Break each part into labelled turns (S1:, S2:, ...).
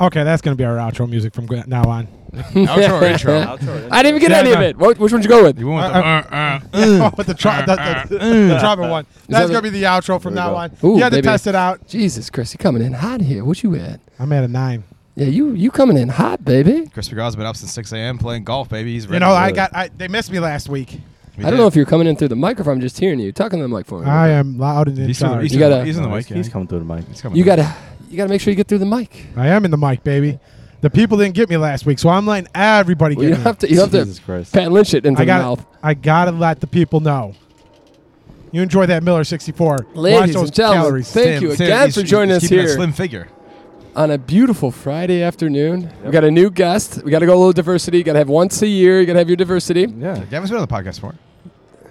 S1: Okay, that's gonna be our outro music from g- now on.
S2: Outro or intro?
S3: I didn't even get
S1: Yeah,
S3: any of
S1: no.
S3: it. What, which one would you go with?
S2: You want the,
S1: Uh,
S2: uh, uh,
S1: oh, but the tri- the, the,
S3: uh.
S1: the tribal one. That's
S3: that
S1: gonna be the outro from
S4: There we
S1: now
S4: go.
S1: on.
S3: Ooh,
S1: you had to
S3: baby.
S1: test it out.
S3: Jesus Christ, you coming in hot here. What you at?
S1: I'm at a nine.
S3: Yeah, you you coming in hot, baby.
S2: Chris McGraw's been up since 6 a.m. playing golf, baby. He's ready.
S1: You know, I
S4: Really?
S1: got I, they missed me last week.
S2: We
S3: I
S2: did.
S3: don't know if you're coming in through the microphone. I'm just hearing you. Talking to the mic for me.
S1: I am loud and in
S2: he's, still,
S1: charge.
S2: he's,
S3: You
S2: still-
S3: gotta-
S2: Oh, he's in the mic.
S4: He's, he's
S2: yeah.
S4: coming through the mic.
S2: He's coming.
S3: you gotta you gotta make sure you get through the mic.
S1: I am in the mic, baby. The people didn't get me last week, so I'm letting everybody
S3: Well, you
S1: get
S3: don't
S1: me.
S3: have to you don't have
S4: Jesus
S3: to
S4: Christ.
S3: Pat Lynch it into
S1: I
S3: the
S1: got
S3: mouth.
S1: I gotta let the people know. You enjoy that Miller 64. Watch
S3: Ladies
S1: those
S3: and gentlemen,
S1: calories.
S3: thank you again for joining us here.
S2: Slim figure.
S3: on a beautiful Friday afternoon. We got a new guest. We got to go a little diversity. You got to have once a year. You got to have your diversity.
S4: Yeah,
S2: Gavin's been on the podcast before.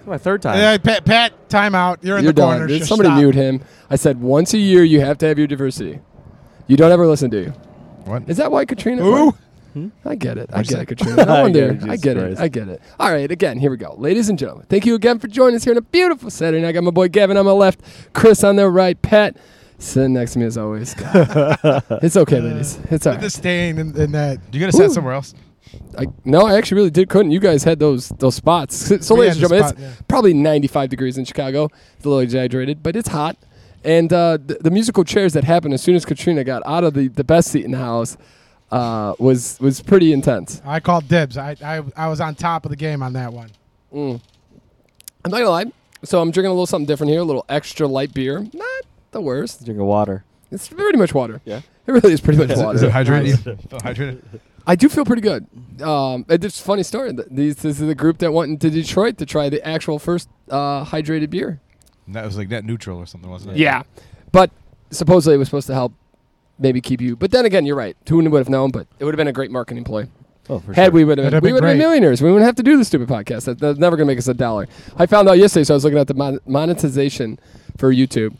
S4: my third time.
S1: Yeah, Pat, Pat, time out. You're in
S3: You're
S1: the corner.
S3: done. Dude,
S1: Just
S3: Somebody
S1: stop.
S3: mute him. I said once a year you have to have your diversity. You don't ever listen, do you?
S2: What?
S3: Is that why Katrina?
S1: Who?
S3: I get it. I
S2: What'd you
S3: get it,
S2: say?
S3: Katrina. No
S4: I
S3: wonder.
S4: get it,
S3: I get it.
S4: Jesus Christ.
S3: I get it. All right. Again, here we go. Ladies and gentlemen, thank you again for joining us here on a beautiful Saturday night. I got my boy Gavin on my left, Chris on the right, Pat sitting next to me as always. it's okay, ladies. It's all right.
S1: The stain and, and that.
S2: Do you got to set somewhere else?
S3: I, no, I actually really did couldn't. You guys had those those spots. So, so
S1: We
S3: ladies and
S1: had the
S3: gentlemen,
S1: spot,
S3: it's
S1: yeah.
S3: probably 95 degrees in Chicago. It's a little exaggerated, but it's hot. And uh, the, the musical chairs that happened as soon as Katrina got out of the, the best seat in the house uh, was was pretty intense.
S1: I called dibs. I, I I was on top of the game on that one.
S3: I'm not gonna lie. So I'm drinking a little something different here, a little extra light beer. Not the worst.
S4: Drink of water.
S3: It's pretty much water.
S4: Yeah.
S3: It really is pretty much water.
S2: Is it hydrated? Feel hydrated?
S3: I do feel pretty good. Um, it- it's a funny story. Th- These, this is the group that went into Detroit to try the actual first uh, hydrated beer.
S2: That was like net neutral or something, wasn't it?
S3: Yeah, but supposedly it was supposed to help maybe keep you. But then again, you're right. Who would have known? But it would have been a great marketing ploy.
S4: Oh, for
S3: Had
S4: sure.
S3: we would have,
S1: That'd have been
S3: been, we would have been
S1: great.
S3: millionaires. We wouldn't have to do the stupid podcast. That, that's never going to make us a dollar. I found out yesterday, so I was looking at the mon- monetization for YouTube,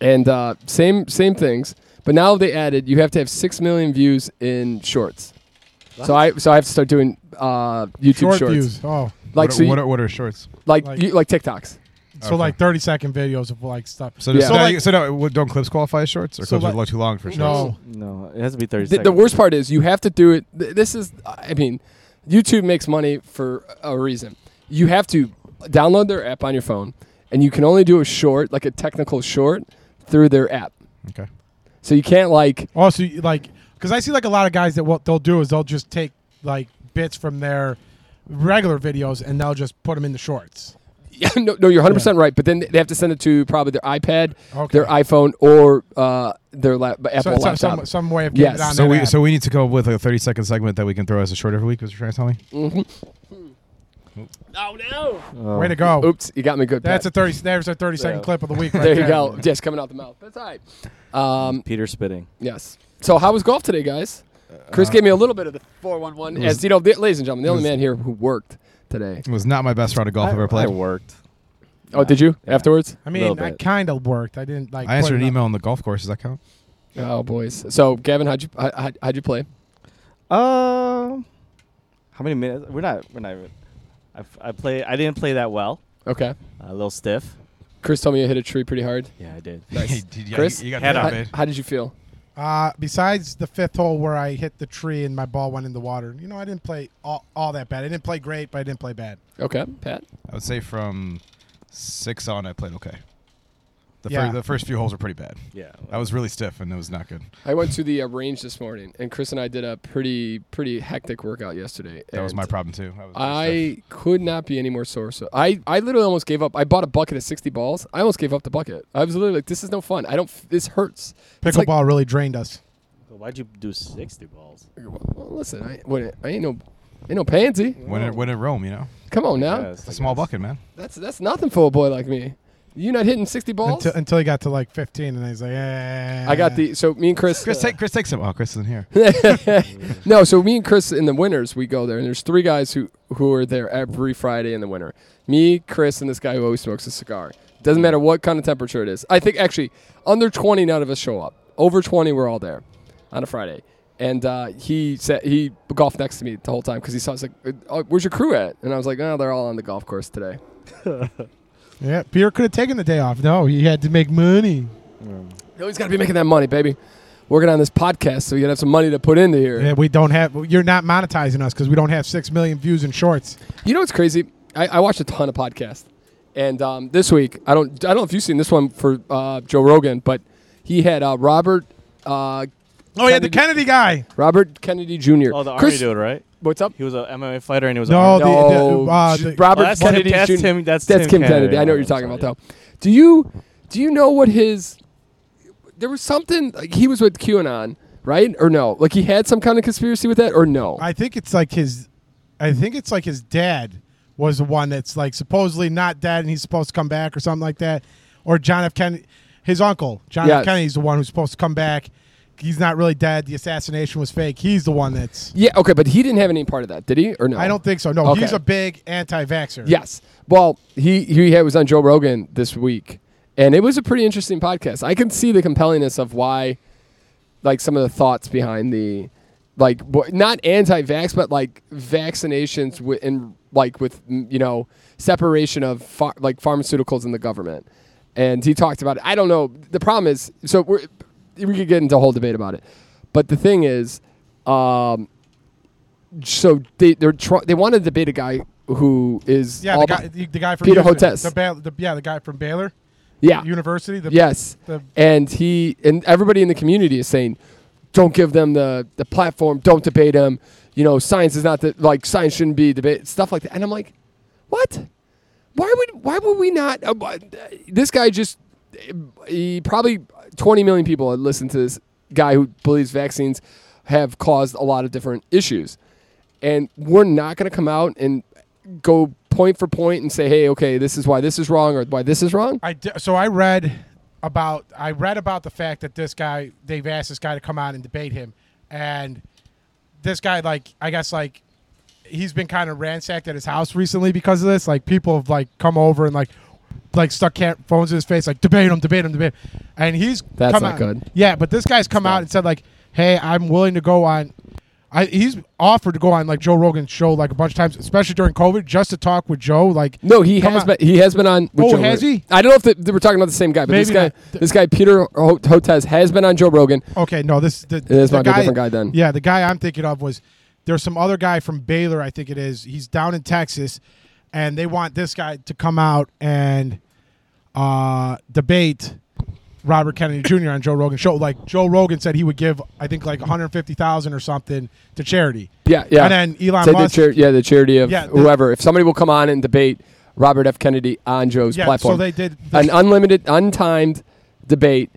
S3: and uh, same same things. But now they added you have to have six million views in shorts. So I so I have to start doing uh, YouTube
S1: Short
S3: shorts,
S1: views. Oh,
S3: like
S2: what,
S3: so
S2: are,
S3: you-
S2: what, are, what are shorts?
S3: like
S1: like-
S3: you, like TikToks.
S1: so like 30 second videos of like stuff.
S2: So,
S3: Yeah.
S2: so,
S1: So
S2: like,
S1: like-
S2: so no, what- don't clips qualify as shorts, or
S1: So
S2: clips
S1: like-
S2: are too long for shorts?
S1: no,
S4: No, it has to be 30
S3: the,
S4: seconds.
S3: the worst part is you have to do it. th- This is, I mean, YouTube makes money for a reason. You have to download their app on your phone, and you can only do a short, like a technical short, through their app.
S2: Okay.
S3: So you can't like,
S1: Also, you- like, because I see like a lot of guys that what they'll do is they'll just take like bits from their regular videos and they'll just put them in the shorts.
S3: no, no, you're 100 percent right. But then they have to send it to probably their iPad,
S1: Okay.
S3: their iPhone, or uh, their lap, Apple
S1: So, so-
S3: laptop.
S1: some, some way of getting
S3: Yes.
S1: it on
S2: So
S1: that
S2: we
S1: app.
S2: so we need to come up with like a thirty second segment that we can throw as a short every week. Was you trying to tell me?
S4: Oh.
S1: way to go.
S3: Oops, you got me good.
S1: That's a
S3: Pat.
S1: 30. There's a 30 second
S4: Yeah.
S1: clip of the week. Right
S3: there you go. Yes, coming out the mouth. That's all right. Um,
S4: Peter spitting.
S3: Yes. So how was golf today, guys? Chris gave me a little bit of the four one one. As you know, the, ladies and gentlemen, the only man here who worked today.
S2: It was not my best round of golf
S4: I,
S2: I've ever played.
S4: I worked.
S3: Oh, did you afterwards?
S1: I
S4: Little
S1: mean, I
S4: bit.
S1: kind of worked. I didn't like.
S2: I answered
S1: put
S2: an
S1: it up.
S2: email on the golf course. Does that count?
S3: Oh, boys. So Gavin, how'd you how, how- how'd you play?
S4: Um, how many minutes? We're not. We're not. even- I, f- I play. I didn't play that well.
S3: Okay.
S4: A little stiff.
S3: Chris told me you hit a tree pretty hard.
S4: Yeah, I did.
S3: Nice.
S2: Dude, yeah,
S3: Chris?
S2: you, you got
S4: Head
S2: that,
S4: up.
S2: babe.
S3: How, how did you feel?
S1: Uh, besides the fifth hole where I hit the tree and my ball went in the water. You know, I didn't play all, all that bad. I didn't play great, but I didn't play bad.
S3: Okay, Pat.
S2: I would say from six on, I played okay. The,
S1: Yeah.
S2: fir- the first few holes were pretty bad.
S4: Yeah.
S2: I was really stiff, and it was not good.
S3: I went to the uh, range this morning, and Chris and I did a pretty pretty hectic workout yesterday.
S2: That was
S3: and
S2: my problem too. I, was really
S3: I could not be any more sore. So I, I literally almost gave up. I bought a bucket of 60 balls. I almost gave up the bucket. I was literally like, this is no fun. I don't, f- this hurts. It's like-
S1: Pickleball really drained us.
S4: Well, Why'd you do sixty balls?
S3: Well, listen, I, when, I ain't no, ain't no pansy.
S2: stiff. when it, when it Rome, you know,
S3: Come on now,
S4: Yeah,
S2: it's a
S4: like
S2: small
S4: that's-
S2: bucket, man.
S3: that's that's nothing for a boy like me. You not hitting sixty balls?
S1: Until, until he got to like 15, and he's like, eh.
S3: I got the so me and Chris.
S2: Chris, take Chris takes some. Oh, Chris isn't here.
S3: no, so me and Chris in the winters we go there, and there's three guys who who are there every Friday in the winter. Me, Chris, and this guy who always smokes a cigar. Doesn't matter what kind of temperature it is. I think actually under 20, none of us show up. Over 20, we're all there on a Friday. And uh, he said he golfed next to me the whole time because he saw. I was like, "Uh, "Where's your crew at?" And I was like, "No, they're all on the golf course today."
S1: Yeah, Peter could have taken the day off. No, he had to make money.
S3: You always got to be making that money, baby. working on this podcast, so you gotta have some money to put into here.
S1: Yeah, we don't have. You're not monetizing us because we don't have six million views in shorts.
S3: You know what's crazy? I, I watched a ton of podcasts, and um, this week I don't I don't know if you've seen this one for uh, Joe Rogan, but he had uh, Robert uh,
S1: Oh yeah, the Kennedy
S3: Kennedy-
S1: guy.
S3: Robert Kennedy Jr.
S4: Oh, the army
S3: Chris-
S4: dude, right?
S3: What's up?
S4: He was a MMA fighter and he was
S1: No,
S4: Army.
S1: the-
S3: no,
S1: uh,
S3: J-
S1: the-
S3: Robert
S4: Oh, that's Tim-
S3: Kennedy
S4: that's
S3: Jr.
S4: Tim- that's Tim
S3: Kim
S4: Kennedy.
S3: Kennedy. I know what you're
S4: Oh,
S3: talking
S4: sorry,
S3: about though. Do you do you know what his? There was something like he was with QAnon, right? Or no? Like he had some kind of conspiracy with that, or no?
S1: I think it's like his. I think it's like his dad was the one that's like supposedly not dead and he's supposed to come back or something like that. Or John F. Kennedy, his uncle John
S3: Yes.
S1: F. Kennedy's the one who's supposed to come back. He's not really dead. The assassination was fake. He's the one that's.
S3: yeah, okay, but he didn't have any part of that, did he? Or no?
S1: I don't think so. No,
S3: Okay.
S1: he's a big anti-vaxxer.
S3: Yes. Well, he he had- was on Joe Rogan this week, and it was a pretty interesting podcast. I can see the compellingness of why, like some of the thoughts behind the, like wh- not anti-vax, but like vaccinations with and like with mm, you know separation of ph- like pharmaceuticals and the government, and he talked about it. I don't know. The problem is, so we're, we could get into a whole debate about it, but the thing is, um. So they they're try- they want to debate a guy who is
S1: Yeah,
S3: all
S1: the
S3: about-
S1: guy, the, the guy from
S3: Peter
S1: Houston,
S3: Hotez.
S1: The, Ba- the, yeah, the guy from Baylor
S3: yeah
S1: University. The,
S3: yes
S1: the-
S3: and he and everybody in the community is saying don't give them the the platform don't debate them you know science is not the like science shouldn't be debate stuff like that and i'm like what why would why would we not uh, why- this guy just he probably 20 million people had listened to this guy who believes vaccines have caused a lot of different issues and we're not going to come out and go point for point and say hey okay this is why this is wrong or why this is wrong
S1: I di- so I read about I read about the fact that this guy they've asked this guy to come out and debate him, and this guy like I guess like he's been kind of ransacked at his house recently because of this. Like people have like come over and like like stuck cam- phones in his face like debate him, debate him, debate. Him. And he's
S3: That's
S1: come
S3: not
S1: out-
S3: good.
S1: Yeah, but this guy's come out and said like, hey, I'm willing to go on. I, he's offered to go on like Joe Rogan's show like a bunch of times, especially during COVID, just to talk with Joe. Like,
S3: No, he
S1: Come
S3: has
S1: on.
S3: been. He has been on. With
S1: Oh,
S3: Joe
S1: has
S3: Rogan.
S1: he?
S3: I don't know if the, they we're talking about the same guy, but this
S1: Maybe
S3: guy,
S1: not.
S3: this guy Peter Ho- Hotez has been on Joe Rogan.
S1: Okay, no, this the,
S3: This
S1: the
S3: might be a different guy then.
S1: Yeah, the guy I'm thinking of was there's some other guy from Baylor, I think it is. He's down in Texas, and they want this guy to come out and uh, debate Robert Kennedy Jr. on Joe Rogan show. Like Joe Rogan said, he would give I think like 150,000 or something to charity.
S3: Yeah, yeah.
S1: And then Elon
S3: Say the
S1: Musk-
S3: chari- yeah, the charity of
S1: Yeah, the-
S3: whoever. If somebody will come on and debate Robert F. Kennedy on Joe's
S1: Yeah,
S3: platform,
S1: so they did.
S3: an unlimited, untimed debate.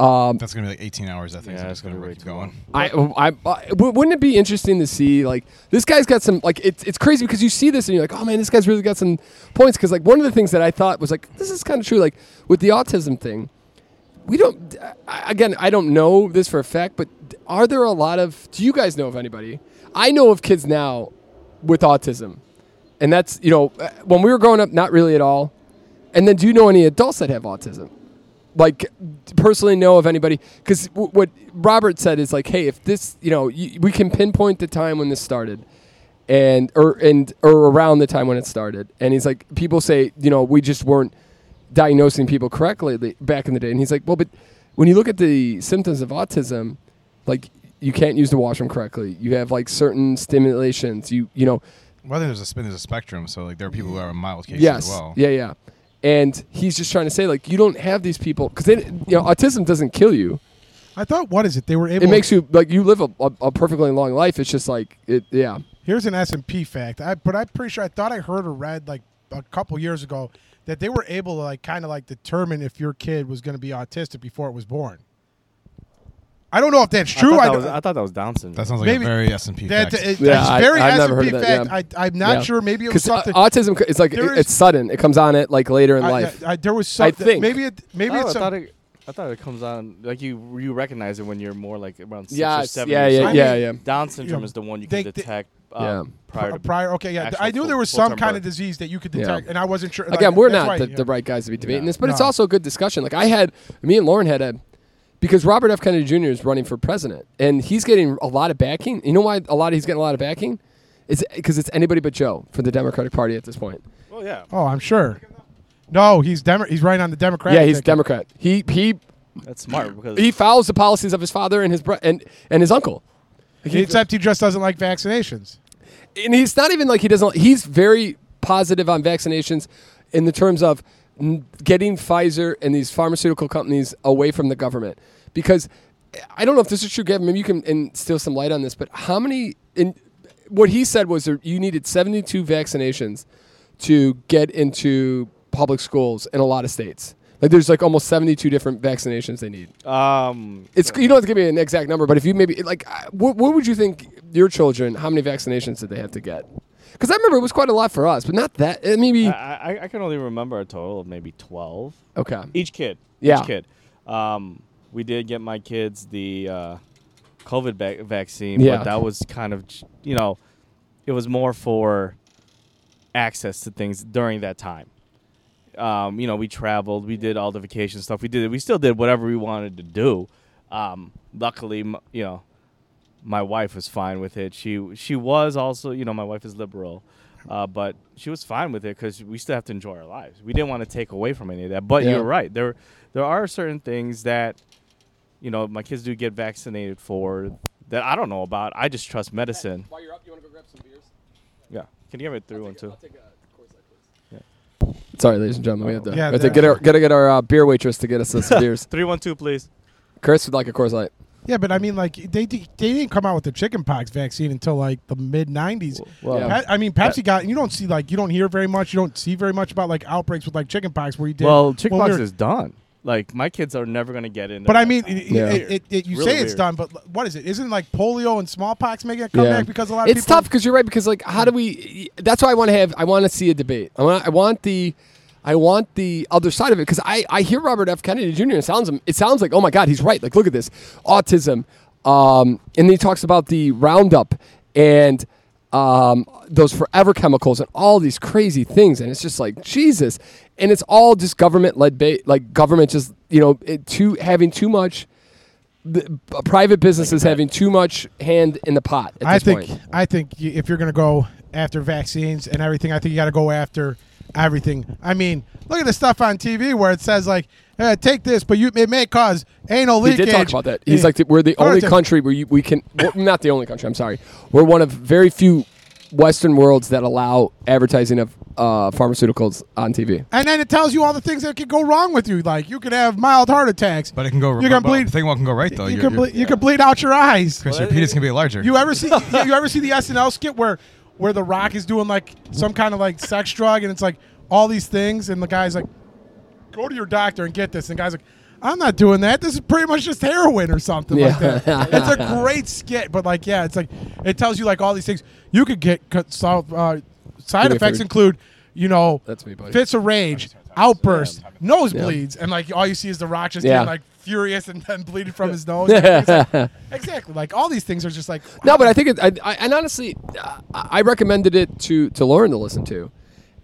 S3: Um,
S2: That's gonna be like 18 hours. I think.
S4: Yeah,
S2: so I'm
S4: it's
S2: just gonna,
S4: gonna be
S2: keep
S4: way too
S2: going.
S4: long.
S3: I, oh, I, I- w- wouldn't it be interesting to see like this guy's got some like it's it's crazy because you see this and you're like oh man this guy's really got some points because like one of the things that I thought was like this is kind of true like with the autism thing we don't I- again I don't know this for a fact but are there a lot of do you guys know of anybody I know of kids now with autism and that's you know uh, when we were growing up not really at all and then do you know any adults that have autism like personally know of anybody because w- what Robert said is like, hey, if this, you know, y- we can pinpoint the time when this started, and or and or around the time when it started, and he's like, people say, you know, we just weren't diagnosing people correctly li- back in the day, and he's like, well, but when you look at the symptoms of autism, like you can't use the washroom correctly, you have like certain stimulations, you you know,
S2: Whether there's a spin, there's a spectrum. So like there are people who are in mild cases
S3: yes,
S2: as well.
S3: yeah, yeah. And he's just trying to say, like, you don't have these people because you know autism doesn't kill you.
S1: I thought, what is it? They were able.
S3: it makes you like you live a, a, a perfectly long life. It's just like it, yeah.
S1: Here's an S and P fact. I but I'm pretty sure I thought I heard or read like a couple years ago that they were able to like kind of like determine if your kid was going to be autistic before it was born. I don't know if that's
S4: I
S1: true.
S4: thought,
S1: I,
S4: that
S1: don't-
S4: was, I thought that was Down syndrome.
S2: That sounds like
S1: Maybe-
S2: a very S and P.
S1: that,
S2: fact.
S1: it-
S3: Yeah,
S1: it's
S3: I-
S1: very
S3: I've
S1: S
S3: never
S1: and P
S3: heard of that,
S1: fact. I, I'm not
S3: Yeah.
S1: sure. Maybe it was
S3: Because
S1: something.
S3: uh, autism is like
S1: There
S3: it-
S1: is-
S3: it's sudden. It comes on it like later in
S1: I-
S3: life.
S1: I- there was something.
S3: think.
S1: Maybe it. Maybe
S4: oh,
S1: it's
S4: I
S1: some,
S4: thought it. I thought it comes on like you you recognize it when you're more like around six
S3: yeah,
S4: or
S3: it's-
S4: seven.
S3: yeah,
S4: years
S3: yeah,
S4: old.
S3: yeah,
S1: mean,
S3: yeah.
S4: Down syndrome
S1: Yeah.
S4: is the one you
S1: They-
S4: can
S1: they-
S4: detect
S3: Yeah.
S4: um, prior
S1: a
S4: to
S1: prior. Okay, yeah.
S4: actual
S1: I knew
S4: full-
S1: there was some
S4: full-term
S1: kind of
S4: birth.
S1: disease that you could
S3: Yeah.
S1: detect, and I wasn't sure. like,
S3: Again, we're
S1: that's
S3: not
S1: why-
S3: the,
S1: yeah.
S3: the right guys to be debating
S4: No.
S3: this, but it's
S1: No.
S3: also a good discussion. Like I had me and Lauren had a because Robert F. Kennedy Jr. is running for president and he's getting a lot of backing. You know why a lot he's getting a lot of backing? It's because it's anybody but Joe for the Democratic Party at this point.
S4: Well, Oh, yeah.
S1: Oh, I'm sure. No, he's Demo- He's right on the Democrat.
S3: yeah, he's Democrat. He he
S4: That's smart because
S3: He follows the policies of his father and his bro- and and his uncle. Like, he-
S1: Except he just doesn't like vaccinations.
S3: and he's not even like he doesn't. He's very positive on vaccinations in the terms of n- getting Pfizer and these pharmaceutical companies away from the government because I don't know if this is true, Gavin. Maybe you can and steal some light on this. But how many? In what he said was there, you needed seventy-two vaccinations to get into public schools in a lot of states. Like there's like almost seventy-two different vaccinations they need.
S4: um
S3: It's you don't have to give me an exact number, but if you maybe like, uh, what, what would you think your children? How many vaccinations did they have to get? Because I remember it was quite a lot for us, but not that. uh, Maybe
S4: I, I, I can only remember a total of maybe twelve
S3: okay.
S4: each kid.
S3: Yeah.
S4: Each kid. Um, we did get my kids the uh, COVID vac vaccine,
S3: Yeah.
S4: but that was kind of j- you know, it was more for access to things during that time. Um, you know, we traveled, we did all the vacation stuff, we did, we still did whatever we wanted to do. Um, luckily, m- you know, my wife was fine with it. She she was also, you know, my wife is liberal, uh, but she was fine with it because we still have to enjoy our lives. We didn't want to take away from any of that. But
S3: Yeah.
S4: you're right. There there are certain things that, you know, my kids do get vaccinated for that I don't know about. I just trust medicine.
S3: While you're up, you want to go grab some beers?
S4: Yeah. Can you give it through one too?
S3: Sorry, ladies and gentlemen, we have to,
S1: Yeah,
S3: we have to
S1: there.
S3: get our, gotta get our uh, beer waitress to get us some beers.
S4: Three one two, please.
S3: Chris would like a Coors Light.
S1: Yeah, but I mean, like they they didn't come out with the chickenpox vaccine until like the mid '90s.
S4: Well,
S3: Yeah.
S1: Pe- I mean, Pepsi got you don't see like you don't hear very much. You don't see very much about like outbreaks with like chickenpox where you did.
S4: well,
S1: when we
S4: chickenpox
S1: were-
S4: is done. Like my kids are never gonna get in.
S1: But I mean, it,
S3: Yeah.
S1: it, it, it- you
S4: Really
S1: say it's
S4: weird.
S1: done, but l- what is it? Isn't like polio and smallpox making a comeback because a lot of
S3: it's
S1: people.
S3: tough because you're right because like how do we that's why i want to have i want to see a debate i want i want the i want the other side of it because i i hear robert f kennedy jr and it sounds it sounds like oh my god he's right like look at this autism um and he talks about the roundup and um those forever chemicals and all these crazy things and it's just like jesus and it's all just government led ba- like government just you know it, too having too much the, private businesses having too much hand in the pot at
S1: I
S3: this
S1: think
S3: point.
S1: I think y- if you're gonna go after vaccines and everything, I think you got to go after everything. I mean, look at the stuff on TV where it says like, eh, "Take this," but you it may cause anal
S3: He
S1: leakage.
S3: did talk about that. He's
S1: Yeah.
S3: like, we're the
S1: Oh,
S3: only
S1: it's a-
S3: country where you, we can, well, not the only country, I'm sorry. We're one of very few Western worlds that allow advertising of uh, pharmaceuticals on TV.
S1: And then it tells you all the things that could go wrong with you. Like you could have mild heart attacks.
S2: But uh, it can go.
S1: You can bleed.
S2: Thing one can go right though.
S1: You
S2: Your-
S1: can
S2: your-
S1: bleed. You can bleed out your eyes.
S2: Chris, your penis can be larger.
S1: You ever see? you, you ever see the SNL skit where where The Rock is doing like some kind of like sex drug, and it's like all these things, and the guy's like, "Go to your doctor and get this," and the guy's like. I'm not doing that. This is pretty much just heroin or something like
S3: Yeah.
S1: that. It's a great skit, but like, yeah, it's like it tells you like all these things. You could get cut, so, uh, side
S3: Give me
S1: effects
S3: food.
S1: include, you know,
S3: That's me, buddy.
S1: fits of rage, outbursts, nosebleeds, and like all you see is the rock just
S3: Yeah.
S1: getting like furious and then bleeding from his nose. It's like, Exactly. Like all these things are just like
S3: No, but I think it, I, I, and honestly, uh, I recommended it to to Lauren to listen to,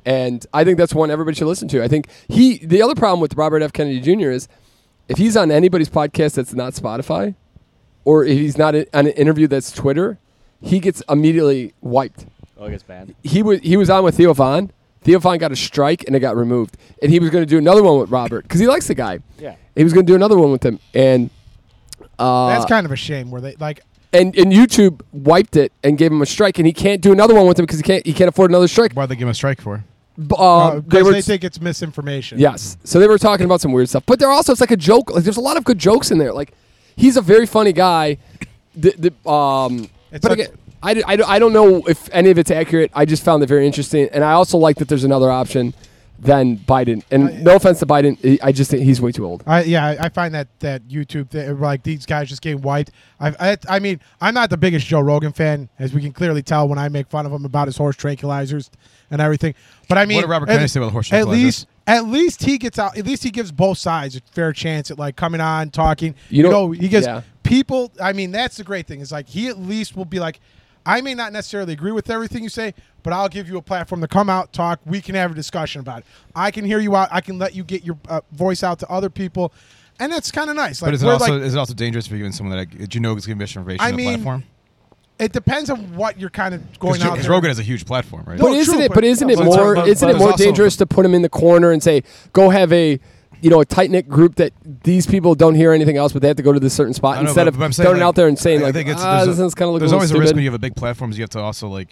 S3: and I think that's one everybody should listen to. I think he the other problem with Robert F. Kennedy Jr. is if he's on anybody's podcast that's not Spotify, or if he's not in- on an interview that's Twitter, he gets immediately wiped.
S4: Oh, it gets banned.
S3: He was he was on with Theo Von. Theo Von got a strike and it got removed, and he was going to do another one with Robert because he likes the guy.
S4: Yeah.
S3: He was going to do another one with him, and
S2: Uh,
S1: that's kind of a shame where they like
S3: and and YouTube wiped it and gave him a strike, and he can't do another one with him because he can't he can't afford another strike.
S2: Why'd they give him a strike for?
S3: B-
S1: uh,
S2: um,
S3: Uh, they
S1: because
S3: were
S1: they, think it's misinformation.
S3: yes, so they were talking about some weird stuff, but they're also it's like a joke. Like there's a lot of good jokes in there. Like he's a very funny guy. The, the, um,
S1: It's
S3: but
S1: like-
S3: again, I, d- I, d- I don't know if any of it's accurate. I just found it very interesting, and I also like that there's another option than Biden. And no offense to Biden, he- I just think he's way too
S2: Oh,
S3: old.
S1: I yeah, I, I find that that YouTube thing, like these guys just getting wiped. I, I I mean, I'm not the biggest Joe Rogan fan, as we can clearly tell when I make fun of him about his horse tranquilizers and everything. But I mean,
S2: did Robert
S1: at-
S2: Kennedy say about the horse
S1: At
S2: tranquilizers?
S1: least, at least he gets out. At least he gives both sides a fair chance at like coming on, talking.
S3: You
S1: You,
S3: know-
S1: know, he gives
S3: yeah.
S1: people. I mean, that's the great thing is like he at least will be like. I may not necessarily agree with everything you say, but I'll give you a platform to come out, talk. We can have a discussion about it. I can hear you out. I can let you get your uh, voice out to other people, and that's kind of nice. Like,
S2: But is it
S1: we're
S2: also
S1: like-
S2: is it also dangerous for you and someone that, like, that you know is giving misinformation
S1: I
S2: on the
S1: mean,
S2: platform?
S1: it depends on what you're kind of going out.
S2: Because
S1: there.
S2: Rogan has a huge platform, right?
S3: But
S1: No,
S3: isn't
S1: true,
S3: it?
S1: but-
S3: But isn't it
S2: but-
S3: more?
S2: but-
S3: isn't
S2: but
S3: it
S2: there's
S3: more
S2: also-
S3: dangerous to put him in the corner and say, "Go have a you know a tight knit group that these people don't hear anything else, but they have to go to this certain spot
S2: I know,
S3: instead
S2: but-
S3: of
S2: but I'm saying,
S3: throwing it
S2: like,
S3: out there and saying
S2: I
S3: like,
S2: think it's-
S3: ah,
S2: there's a-
S3: this is kind of looking
S2: There's
S3: a
S2: always
S3: little
S2: a risk
S3: stupid.
S2: when you have a big platforms. You have to also like,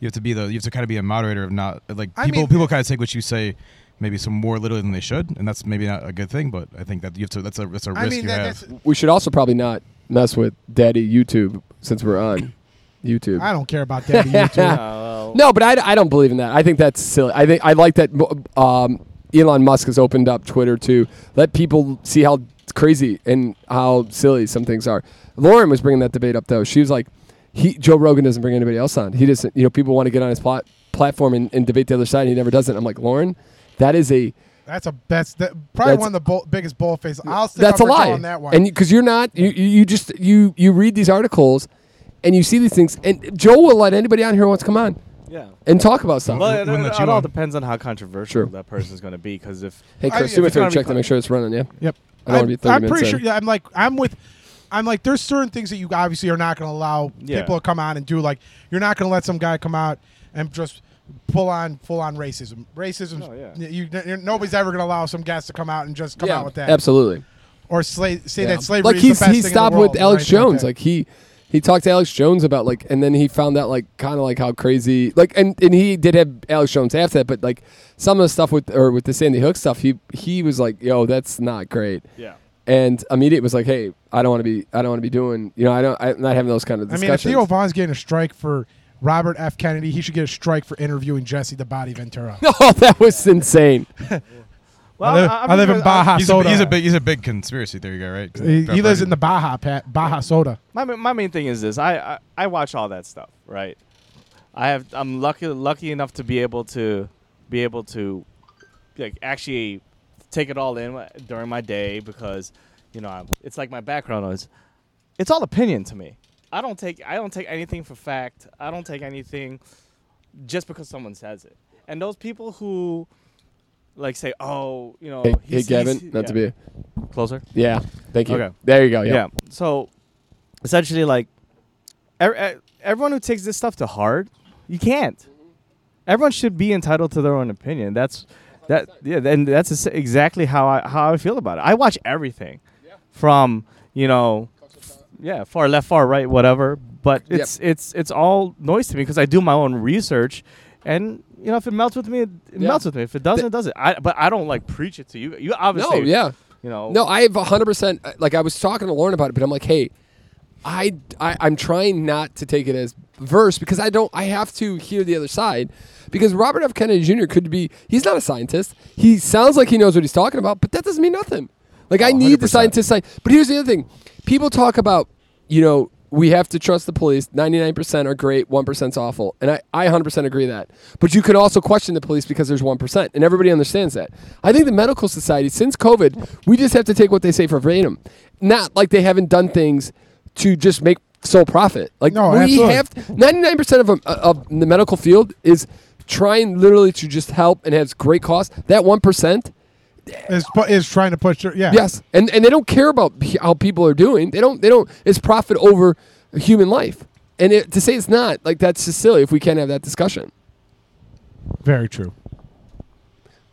S2: you have to be the, you have to kind of be a moderator of not like
S1: I
S2: people.
S1: mean-
S2: people kind of take what you say, maybe some more literally than they should, and that's maybe not a good thing. But I think that you have to. That's a that's a risk
S1: I mean,
S2: you
S1: that,
S2: have.
S1: that's,
S3: we should also probably not mess with Daddy YouTube since we're on YouTube.
S1: I don't care about that. YouTube.
S4: well,
S3: No, but I, I don't believe in that. I think that's silly. I think I like that um, Elon Musk has opened up Twitter to let people see how crazy and how silly some things are. Lauren was bringing that debate up though. She was like, he, Joe Rogan doesn't bring anybody else on. He doesn't. You know, people want to get on his plot, platform and, and debate the other side. and He never does it. I'm like, Lauren, that is a
S1: That's a that's that, probably
S3: That's-
S1: one of the bull, biggest bull faces. I'll stick
S3: that's a
S1: up for Joe
S3: lie.
S1: on that one.
S3: And because you're not, you you you just you you read these articles, and you see these things, and Joe will let anybody on here who wants to come on
S4: yeah.
S3: and talk about something.
S4: Well, it,
S2: wouldn't
S4: it-
S2: let you
S4: it all
S2: on.
S4: depends on how controversial
S3: True.
S4: that person's going to be. Because if
S3: Hey
S1: I-
S3: Chris,
S1: if
S3: do me a
S1: it's
S3: favor,
S1: gonna be
S3: check to
S1: fun-
S3: make sure it's running. Yeah.
S1: Yep.
S3: I don't wanna be 30
S1: I'm pretty
S3: minutes
S1: sure.
S3: in.
S1: Yeah, I'm like I'm with. I'm like there's certain things that you obviously are not going to allow
S4: Yeah.
S1: people to come out and do. Like you're not going to let some guy come out and just pull on full on racism. Racism.
S4: Oh, yeah.
S1: You, you nobody's ever going to allow some guys to come out and just come out with that.
S3: Absolutely.
S1: Or sla- say
S3: Yeah.
S1: that slavery.
S3: Like
S1: is the
S3: he's
S1: best
S3: he
S1: thing in the
S3: stopped
S1: world
S3: with
S1: or
S3: Alex
S1: anything
S3: Jones.
S1: that.
S3: Like he he talked to Alex Jones about like and then he found out like kind of like how crazy like and, and he did have Alex Jones after that, but like some of the stuff with or with the Sandy Hook stuff, he he was like, Yo, that's not great.
S4: yeah,
S3: And immediate was like, Hey, I don't wanna be I don't wanna be doing you know, I don't I'm not having those kind of
S1: I mean, if
S3: discussions.
S1: Theo Vaughn's getting a strike for Robert F. Kennedy, he should get a strike for interviewing Jesse the Body Ventura.
S3: oh, that was insane.
S1: I live, I live in Baja
S2: He's
S1: Soda.
S2: a, he's a big he's a big conspiracy theory guy, right?
S1: He, he lives in the Baja Pat, Baja Soda.
S4: My, ma- my main thing is this: I, I I watch all that stuff, right? I have I'm lucky lucky enough to be able to be able to like actually take it all in during my day because you know I'm, it's like my background is it's all opinion to me. I don't take I don't take anything for fact. I don't take anything just because someone says it. And those people who like say, "Oh, you know,
S3: Hey, hey
S4: he's-
S3: Gavin,
S4: he's-
S3: not to
S4: yeah.
S3: be
S4: closer."
S3: Yeah. Thank you.
S4: Okay.
S3: There you go. Yeah.
S4: yeah. So essentially, like er- er- everyone who takes this stuff to heart, you can't. Everyone should be entitled to their own opinion. That's that. Yeah, and that's es- exactly how I how I feel about it. I watch everything, from you know, f- yeah, far left, far right, whatever. But
S3: Yep.
S4: it's it's it's all noise to me because I do my own research, and you know, if it melts with me, it, it
S3: Yeah.
S4: melts with me. If it doesn't, it doesn't. I but I don't like preach it to you. You
S3: No,
S4: obviously,
S3: yeah.
S4: you know,
S3: No, I have 100%. uh, Like, I was talking to Lauren about it, but I'm like, hey, I, I, I'm trying not to take it as verse because I don't, I have to hear the other side. Because Robert F. Kennedy Jr. could be, he's not a scientist. He sounds like he knows what he's talking about, but that doesn't mean nothing. Like, I need the
S2: 100%.
S3: scientist side. But here's the other thing people talk about, you know, we have to trust the police. 99% are great, 1%'s awful. And I, I 100% agree that. But you can also question the police because there's 1%, and everybody understands that. I think the medical society, since COVID, we just have to take what they say for verbatim. Not like they haven't done things to just make sole profit. Like,
S1: No,
S3: we
S1: absolutely.
S3: have 99% of, um, of the medical field is trying literally to just help and has great costs. That 1%.
S1: Is pu- is trying to push. Yeah.
S3: Yes, and and they don't care about p- how people are doing. They don't. They don't. It's profit over human life, and it, to say it's not like that's just silly. If we can't have that discussion,
S1: Very true.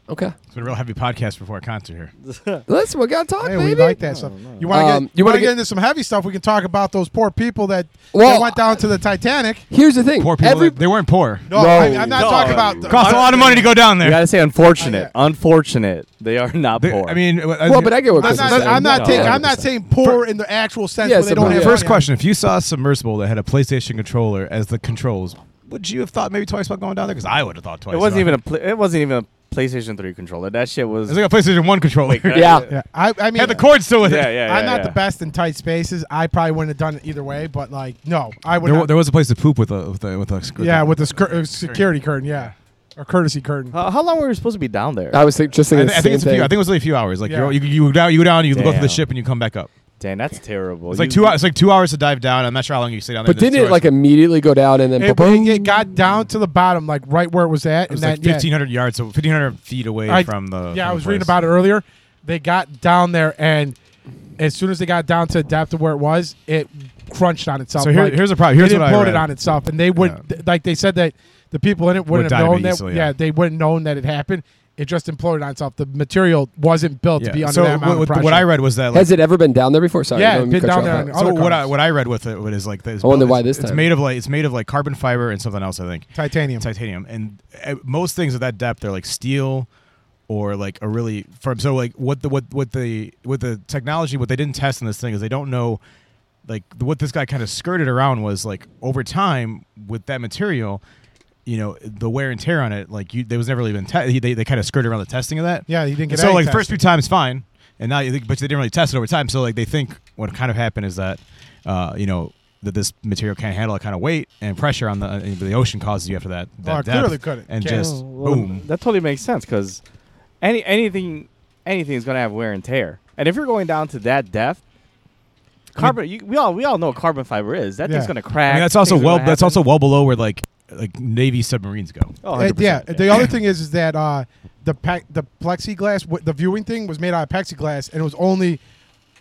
S3: okay.
S2: It's been a real heavy podcast before a concert here.
S3: That's what got talk,
S1: Hey, we
S3: baby.
S1: like that stuff. You want to
S3: Um,
S1: get
S3: you
S1: you want
S3: wanna
S1: to
S3: get-
S1: get into some heavy stuff? We can talk about those poor people that, that
S3: Well,
S1: went down to the Titanic.
S3: Here's the thing.
S2: Poor people.
S3: Every-
S2: that- they weren't poor.
S1: No,
S3: No.
S1: I, am not
S4: No.
S1: talking about.
S2: Cost a lot of money to go down
S4: You
S2: there.
S4: gotta say unfortunate.
S1: Oh,
S4: Unfortunate. They are not
S2: They-
S4: poor.
S2: I mean,
S3: well, but I get what
S1: I'm
S3: Chris is
S1: not.
S3: saying.
S1: I'm not
S4: No.
S1: taking. I'm not
S2: 100%.
S1: saying poor in the actual sense
S3: Yes,
S1: where they don't
S3: but-
S1: have.
S2: First
S1: money.
S2: question: If you saw a submersible that had a PlayStation controller as the controls, would you have thought maybe twice about going down there? Because I would have thought twice.
S4: it wasn't
S2: about
S4: even a. Pla- it wasn't even a PlayStation 3 controller. That shit was.
S2: It's like a PlayStation One controller.
S4: Wait,
S3: Yeah.
S1: Yeah, I, I mean,
S2: had the cord still with
S4: yeah, yeah,
S2: it.
S4: yeah.
S1: I'm not
S4: yeah.
S1: the best in tight spaces. I probably wouldn't have done it either way. But like, no, I would.
S2: There, wa-
S1: not,
S2: there was a place to poop with a with a with a. screw-
S1: yeah, with the scur- uh, security curtain. Yeah, or courtesy curtain.
S4: How, how long were we supposed to be down there?
S3: I was think, just
S2: I,
S3: thinking
S2: thi- I
S3: the
S2: think it's a
S3: same
S2: few. I
S3: thing.
S2: think it was like a few hours. Like
S1: Yeah.
S2: you're, you you go down you go down you go to the
S4: Damn.
S2: ship and you come back up.
S4: Damn, that's terrible.
S2: It's like
S4: You-
S2: two. hou- It's like two hours to dive down. I'm not sure how long you stay down there.
S3: but
S2: There's
S3: didn't
S2: two
S3: it like
S2: hours.
S3: immediately go down and then
S1: It,
S3: boom?
S1: it, it got down to the bottom, like right where it was at,
S2: It was
S1: and
S2: like
S1: then, yeah.
S2: 1,500 yards, so 1,500 feet away
S1: I-
S2: from the.
S1: Yeah, I was reading about it earlier. They got down there, and as soon as they got down to the depth of where it was, it crunched on itself.
S2: So here-
S1: like,
S2: here's the problem. Here's
S1: it
S2: what I
S1: imploded
S2: read.
S1: on itself, and they would
S2: Yeah.
S1: th- like they said that the people in it wouldn't
S2: Would
S1: have
S2: die
S1: known that.
S2: easily,
S1: yeah.
S2: yeah.
S1: they wouldn't known that it happened,
S5: It just imploded on itself. The material wasn't built to be under
S2: So
S5: that amount
S2: what,
S5: of pressure.
S2: what I read was that like,
S3: Has it ever been down there before? Sorry,
S5: Yeah,
S3: don't
S5: it's been
S3: cut you
S5: down
S3: off.
S5: there on
S2: so
S5: other
S2: Oh, what I
S5: cars.
S2: what I read with it what is like this.
S3: I wonder why this
S2: It's
S3: time.
S2: made of like it's made of like carbon fiber and something else. I think
S5: titanium.
S2: titanium and uh, most things of that depth are like steel or like a really firm so like what the what what the what the technology what they didn't test in this thing is they don't know like what this guy kind of skirted around was like over time with that material you know the wear and tear on it like you there was never really been te- they, they kind of skirted around the testing of that
S5: yeah, you
S2: and
S5: didn't get
S2: so
S5: any
S2: like the
S5: test.
S2: first few times fine and now you think but they didn't really test it over time so like they think what kind of happened is that uh you know that this material can't handle that kind of weight and pressure on the uh, the ocean causes you after that, that
S5: Oh, it
S2: depth
S5: clearly couldn't.
S2: and
S5: Can't.
S2: just
S4: Oh, well,
S2: boom
S4: That totally makes sense because any anything anything is going to have wear and tear, and if you're going down to that depth, carbon you, we all we all know what carbon fiber is. That thing's
S5: Yeah.
S4: going to
S2: I
S4: crack.
S2: mean, that's also
S4: things are
S2: well
S4: gonna
S2: that's
S4: happen.
S2: also well below where like like navy submarines go
S4: Oh,
S5: Uh,
S4: 100%,
S5: yeah. The other thing is, is that uh, the pa- the plexiglass, w- the viewing thing was made out of plexiglass, and it was only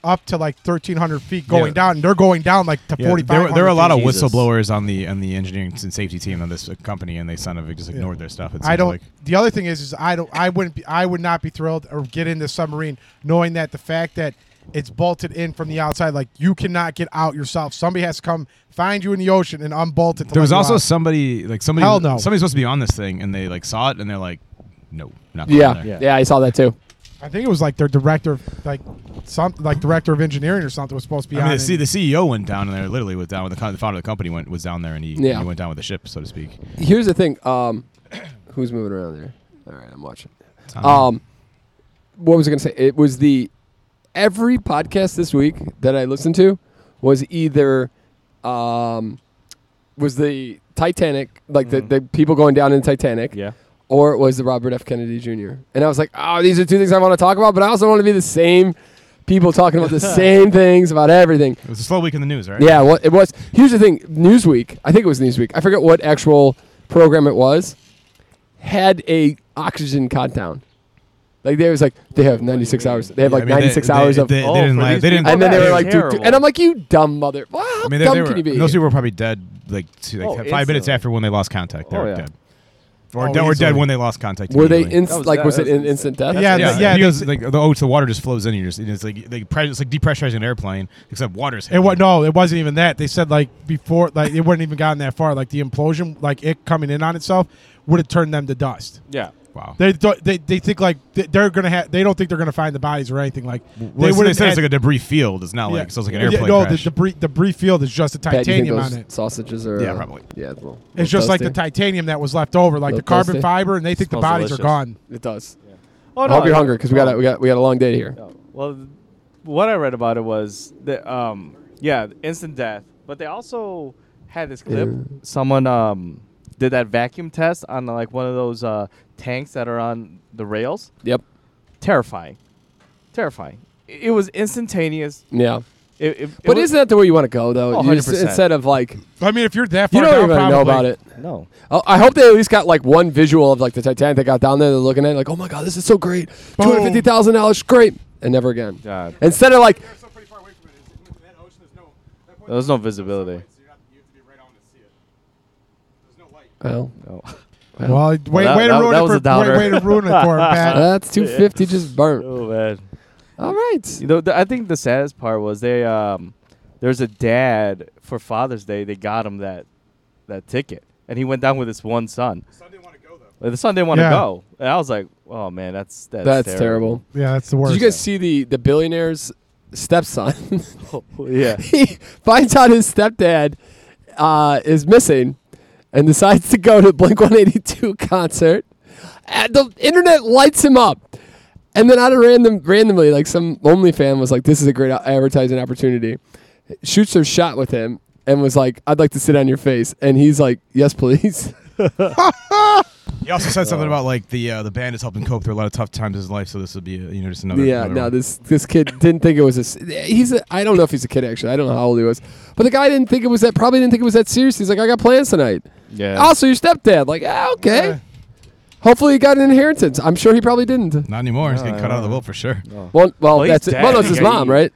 S5: up to like thirteen hundred feet going
S2: Yeah.
S5: down. And they're going down like to
S2: Yeah,
S5: forty
S2: there,
S5: five.
S2: were- there are a lot of
S4: Jesus.
S2: whistleblowers on the on the engineering and safety team on this uh, company, and they kind of just ignored their stuff. It
S5: I
S2: seems
S5: don't.
S2: Like.
S5: The other thing is, is I don't. I wouldn't. Be, I would not be thrilled or get in the submarine knowing that the fact that it's bolted in from the outside, like you cannot get out yourself. Somebody has to come find you in the ocean and unbolt it. To
S2: There was
S5: let you
S2: also
S5: out.
S2: somebody like somebody
S5: Hell no.
S2: somebody's supposed to be on this thing, and they like saw it, and they're like, no, not going
S3: Yeah,
S2: there.
S3: yeah, I saw that too.
S5: I think it was like their director, of, like something like director of engineering or something was supposed to be
S2: I
S5: on.
S2: mean, the,
S5: and-
S2: C- the CEO went down there. Literally, was down with the, co- the founder of the company went was down there, and he,
S3: Yeah.
S2: he went down with the ship, so to speak.
S3: Here's the thing. Um, who's moving around there? All right, I'm watching.
S2: Tom.
S3: Um, what was I going to say? It was the every podcast this week that I listened to was either um, was the Titanic, like the, the people going down in Titanic,
S4: Yeah.
S3: or it was the Robert F. Kennedy Jr. And I was like, oh, these are two things I want to talk about, but I also want to be the same people talking about the same things about everything.
S2: It was a slow week in the news, right?
S3: Yeah, well, it was. Here's the thing: Newsweek, I think it was Newsweek. I forget what actual program it was. Had a oxygen countdown. Like they was like they have 96 hours. They have
S2: Yeah,
S3: like
S2: I mean, they-
S3: 96
S2: they-
S3: hours of.
S2: They, they
S4: Oh,
S2: didn't.
S4: for
S2: Lie.
S4: these
S2: They didn't.
S4: people
S3: and then
S4: Oh,
S3: they were
S4: that's
S3: like, dude, dude-
S4: terrible.
S3: and I'm like, you dumb mother. Wow, how
S2: I mean, they,
S3: dumb
S2: they
S3: can
S2: were,
S3: you be?
S2: those people were probably dead like, two, like
S4: Oh,
S2: five minutes
S4: instantly.
S2: after when they lost contact. They
S4: Oh,
S2: were
S4: yeah.
S2: dead. Or,
S5: Oh,
S2: dead- or dead
S5: easily.
S2: when they lost contact.
S3: were they
S2: immediately.
S3: in,
S4: That was
S3: like
S4: that-
S3: was
S4: that
S3: it in
S4: was
S3: instant
S4: insane.
S3: death?
S5: Yeah,
S2: Yeah,
S5: yeah,
S2: because
S5: they-
S2: like the oh, it's the water just flows in. You just it's like they pre- it's like depressurizing an airplane, except water's.
S5: It
S2: hitting
S5: was no, it wasn't even that. They said like before, like it wouldn't even gotten that far. Like the implosion, like it coming in on itself, would have turned them to dust.
S4: Yeah.
S2: Wow.
S5: They th- they they think like th- they're gonna have. They don't think they're gonna find the bodies or anything. Like
S2: Well, they,
S5: would've
S2: said it's
S5: had-
S2: like a debris field. It's not
S5: yeah.
S2: like so it's like an
S5: Yeah,
S2: airplane
S5: no,
S2: crash.
S5: the debris debris field is just the
S3: Pat, do you think
S5: titanium
S3: those
S5: on it.
S3: Sausages are.
S2: Yeah,
S3: uh,
S2: probably.
S3: Yeah, it's, a little-
S5: It's
S3: little
S5: just like the
S3: dusty.
S5: titanium that was left over, like
S3: Little
S5: the carbon
S3: dusty.
S5: fiber, and they think the
S4: Smells
S5: bodies
S4: delicious.
S5: are gone.
S3: It does.
S4: Oh
S3: I hope you're hungry because we got we got we got a long day here.
S4: No. Well, th- what I read about it was that um, yeah, instant death. But they also had this clip. Someone um did that vacuum test on like one of those uh tanks that are on the rails.
S3: Yep.
S4: Terrifying, terrifying. I- It, was instantaneous.
S3: Yeah.
S4: It, it, it
S3: But
S4: was-
S3: isn't that the way you want to go though?
S4: Oh,
S3: You just-
S4: 100%.
S3: Instead of like
S5: I mean, if you're that
S3: you don't
S5: far down,
S3: even know
S5: probably-
S3: about it.
S4: no?
S3: Oh, I hope they at least got like one visual of like the Titanic that got down there. They're looking at it like, oh my god, this is so great, two
S5: Boom.
S3: hundred fifty thousand dollars, great, and never again.
S4: God.
S3: Instead of like,
S4: There's no visibility.
S3: well,
S4: No.
S5: Well, wait,
S4: that-
S5: way, to
S4: that-
S5: ruin
S4: that
S5: it
S4: was
S5: for,
S4: a downer.
S5: wait, way to ruin it for him, Pat.
S3: that's two fifty just burnt.
S4: Oh man.
S3: All right,
S4: You know, th- I think the saddest part was they um, there's a dad for Father's Day. They got him that that ticket, and he went down with his one son. Like, the son didn't want to
S5: Yeah.
S4: go, and I was like, oh man, that's that's,
S3: that's, terrible.
S5: Yeah, that's the worst.
S3: Did you guys see the the billionaire's stepson?
S4: yeah,
S3: he finds out his stepdad uh, is missing and decides to go to Blink 182 concert. And the internet lights him up. And then out of random, randomly, like some only fan was like, "This is a great o- advertising opportunity." Shoots her shot with him and was like, "I'd like to sit on your face," and he's like, "Yes, please."
S2: He also said something about like the uh, the band is helping cope through a lot of tough times in his life, so this would be uh, you know just another.
S3: yeah,
S2: another
S3: no,
S2: one.
S3: this this kid didn't think it was a. s- He's a, I don't know if he's a kid actually. I don't know how old he was, but the guy didn't think it was that. Probably didn't think it was that serious. He's like, "I got plans tonight."
S4: yeah.
S3: Also, your stepdad. Like, ah, okay.
S5: Yeah.
S3: Hopefully, he got an inheritance. I'm sure he probably didn't.
S2: not anymore. He's
S4: No,
S2: getting
S4: no,
S2: cut out of the
S4: no.
S2: will for sure.
S3: Well, well,
S4: Well, he's
S3: that's it. Well,
S4: dead.
S3: that's his
S4: Yeah,
S3: mom,
S4: he-
S3: right?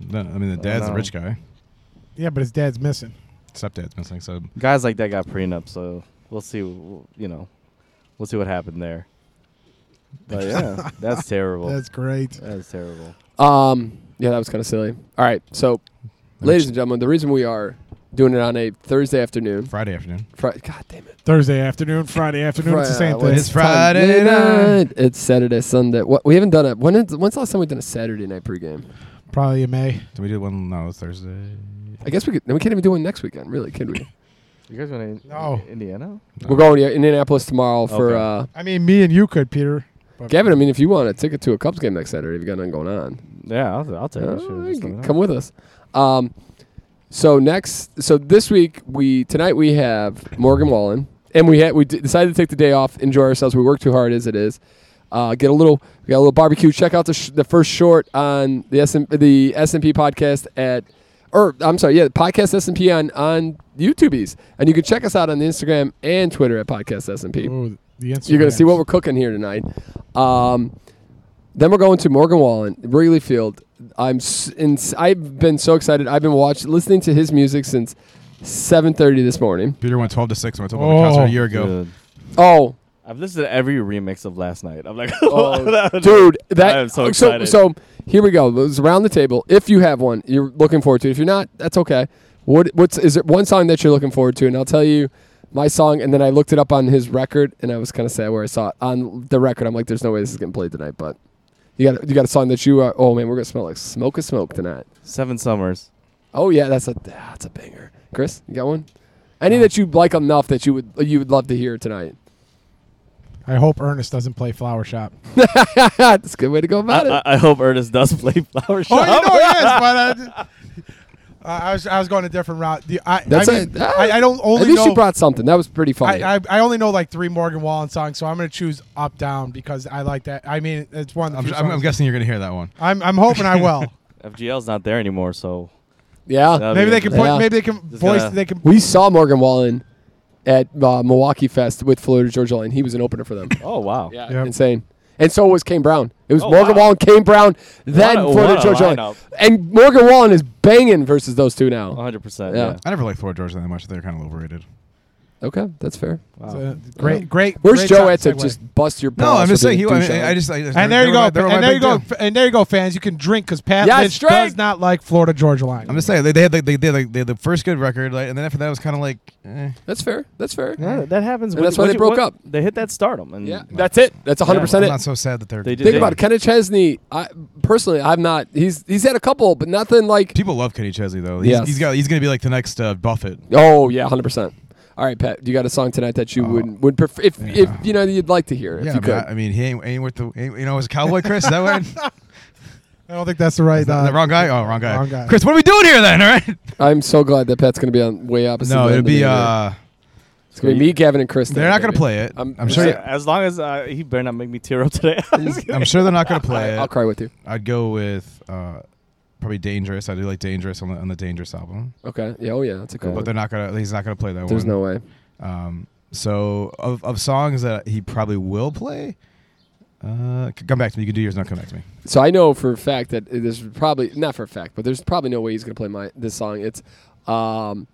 S2: No, I mean, the dad's
S4: no.
S2: a rich guy.
S5: Yeah, but his dad's missing.
S2: Stepdad's missing, so
S4: Guys like that got prenup, so we'll see. w- w- You know, we'll see what happened there. But yeah, that's terrible.
S1: That's
S4: That's,
S1: great.
S4: terrible.
S3: Um, yeah, that was kind of silly. All right, so, ladies and gentlemen, the reason we are doing it on a Thursday afternoon.
S2: Friday afternoon.
S3: Fri- God damn it!
S1: Thursday afternoon, Friday afternoon. it's the
S3: Fri-
S1: same
S3: what's
S1: thing.
S2: It's
S3: the
S2: Friday night.
S3: It's Saturday, Sunday. What we haven't done it. When is, when's the last time we've done a Saturday night pregame?
S1: Probably in May.
S2: Did we do one? No, it's Thursday.
S3: I guess we could. We can't even do one next weekend, really, can we?
S4: You guys want to
S1: No.
S4: Indiana?
S3: We're going to Indianapolis tomorrow for.
S4: Okay.
S1: I mean, me and you could, Peter.
S3: Uh, Gavin, I mean, if you want a ticket to a Cubs game next Saturday, if you got nothing going on,
S4: Yeah, I'll, I'll take it.
S3: Uh,
S4: Sure, just let me know.
S3: come with us. Um, so next, so this week we tonight we have Morgan Wallen, and we had we d- decided to take the day off, enjoy ourselves. We work too hard as it is. Uh, get a little, we got a little barbecue. Check out the sh- the first short on the S the S and P podcast at, or I'm sorry, yeah, podcast S and P on on YouTubies, and you can check us out on the Instagram and Twitter at podcast S and P.
S1: Ooh, the Instagrams.
S3: You're going to see what we're cooking here tonight. Um, then we're going to Morgan Wallen, Wrigley Field. I'm s- in, I've been so excited. I've been watching, listening to his music since 7:30 this morning.
S2: Peter went 12 to 6 when I told him about the concert a
S1: Oh.
S2: year ago.
S4: Dude,
S3: Oh,
S4: I've listened to every remix of last night. I'm like,
S3: oh, dude, that oh,
S4: I am so
S3: so
S4: excited.
S3: so. Here we go. It's around the table. If you have one, you're looking forward to. it. If you're not, that's okay. What what's is there one song that you're looking forward to? And I'll tell you my song. And then I looked it up on his record, and I was kind of sad where I saw it on the record. I'm like, there's no way this is getting played tonight, but. You got, you got a song that you are. Oh man, we're gonna smell like smoke of smoke tonight.
S4: Seven Summers.
S3: Oh yeah, that's a that's a banger. Chris, you got one? Any
S1: Uh,
S3: that you like enough that you would you would love to hear tonight?
S1: I hope Ernest doesn't play Flower Shop.
S3: that's a good way to
S4: Uh,
S3: go about it.
S4: I, I, I hope Ernest does play Flower
S1: Oh,
S4: Shop.
S1: you know he is, but uh, I, I was I was going a different route. The, I,
S3: That's
S1: I, mean,
S3: it. Ah,
S1: I, I don't
S3: At
S1: only
S3: least
S1: know.
S3: you brought something. That was pretty funny.
S1: I, I, I only know like three Morgan Wallen songs, so I'm going to choose Up Down because I like that. I mean, it's one. Of
S2: I'm,
S1: the
S2: I'm, I'm
S1: I'm,
S2: guessing you're going to hear that one.
S1: I'm I'm hoping I will.
S4: FGL's not there anymore, so
S3: yeah.
S4: that'll be
S1: maybe they
S4: interesting.
S1: can point.
S3: Yeah.
S1: Maybe they can
S4: Just
S1: voice.
S4: gotta-
S1: They can.
S3: We saw Morgan Wallen at uh, Milwaukee Fest with Florida Georgia Line. He was an opener for them.
S4: Oh wow.
S1: Yep.
S3: Insane. And so was Kane Brown. It was
S4: Oh,
S3: Morgan
S4: wow.
S3: Wallen, Kane Brown, then
S4: What a-
S3: Florida
S4: what a
S3: Georgia Line.
S4: lineup. Uh,
S3: And Morgan Wallen is banging versus those two now.
S4: 100%.
S3: Yeah.
S4: Yeah.
S2: I never liked Florida Georgia that much. They're kind of overrated.
S3: Okay, that's fair.
S4: Wow.
S1: uh, great, great.
S3: Where's
S1: great
S3: Joe
S1: job
S3: at to
S1: segue.
S3: just bust your
S2: No,
S3: balls
S2: I'm
S3: for
S2: just saying. He,
S3: being
S2: I,
S3: a
S2: mean,
S3: douche
S2: I, I
S3: on it?
S2: just. I just
S1: And there you
S2: they're
S1: go.
S2: my- they're my
S1: and there
S2: big
S1: you go.
S2: deal.
S1: And there you go, fans. You can drink because Pat
S3: Yes,
S1: Lynch
S3: drink!
S1: does not like Florida Georgia Line.
S2: I'm just saying they, they had the, they, they, had, like, they had the first good record, like, and then after that it was kind of like, eh.
S3: That's fair. That's fair.
S4: Yeah, that happens.
S3: And
S4: when-
S3: that's why
S4: when
S3: they
S4: you-
S3: broke
S4: when-
S3: up.
S4: They hit that stardom, and
S3: Yeah, that's it. That's 100%
S2: I'm
S3: it.
S2: not so sad that they're.
S4: They did.
S3: Think about it. Kenny Chesney, I, personally, I've not. He's he's had a couple, but nothing like.
S2: People love Kenny Chesney though. He's,
S3: Yes.
S2: he's got. He's going to be like the next uh, Buffett.
S3: Oh yeah, 100%. All right, Pat, you got a song tonight that you would would prefer if, if you know you'd like to hear if
S2: Oh. Yeah,
S3: you
S2: I mean,
S3: could.
S2: I, I mean, he ain't, ain't with the. Ain't, you know, it was Cowboy Chris. Is that what?
S1: I don't think that's the right. Uh,
S2: the wrong guy. Oh, wrong guy.
S1: Wrong guy.
S2: Chris, what are we doing here then? All right.
S3: I'm so glad that Pat's gonna be on way opposite. end
S2: No, it'll
S3: of the
S2: be.
S3: year.
S2: uh
S3: it's gonna be me, Gavin, and Chris.
S2: They're
S3: tonight,
S2: not going to
S3: baby.
S2: play it.
S3: I'm-
S2: I'm,
S3: I'm
S2: sure.
S3: sorry.
S4: as long as uh, he better not make me tear up today.
S2: I'm sure they're not going to play
S3: I'll
S2: it.
S3: cry with you.
S2: I'd go with uh, probably Dangerous. I do like Dangerous on the, on the Dangerous album,
S3: Okay. Yeah. Oh yeah, that's a cool.
S2: but
S3: one.
S2: they're not gonna. He's not gonna play that
S3: There's
S2: one.
S3: no way.
S2: Um, so of, of songs that he probably will play, uh, c- come back to me. You can do yours. Not come back to me.
S3: So I know for a fact that there's probably not for a fact, but there's probably no way he's gonna play my this song. It's um,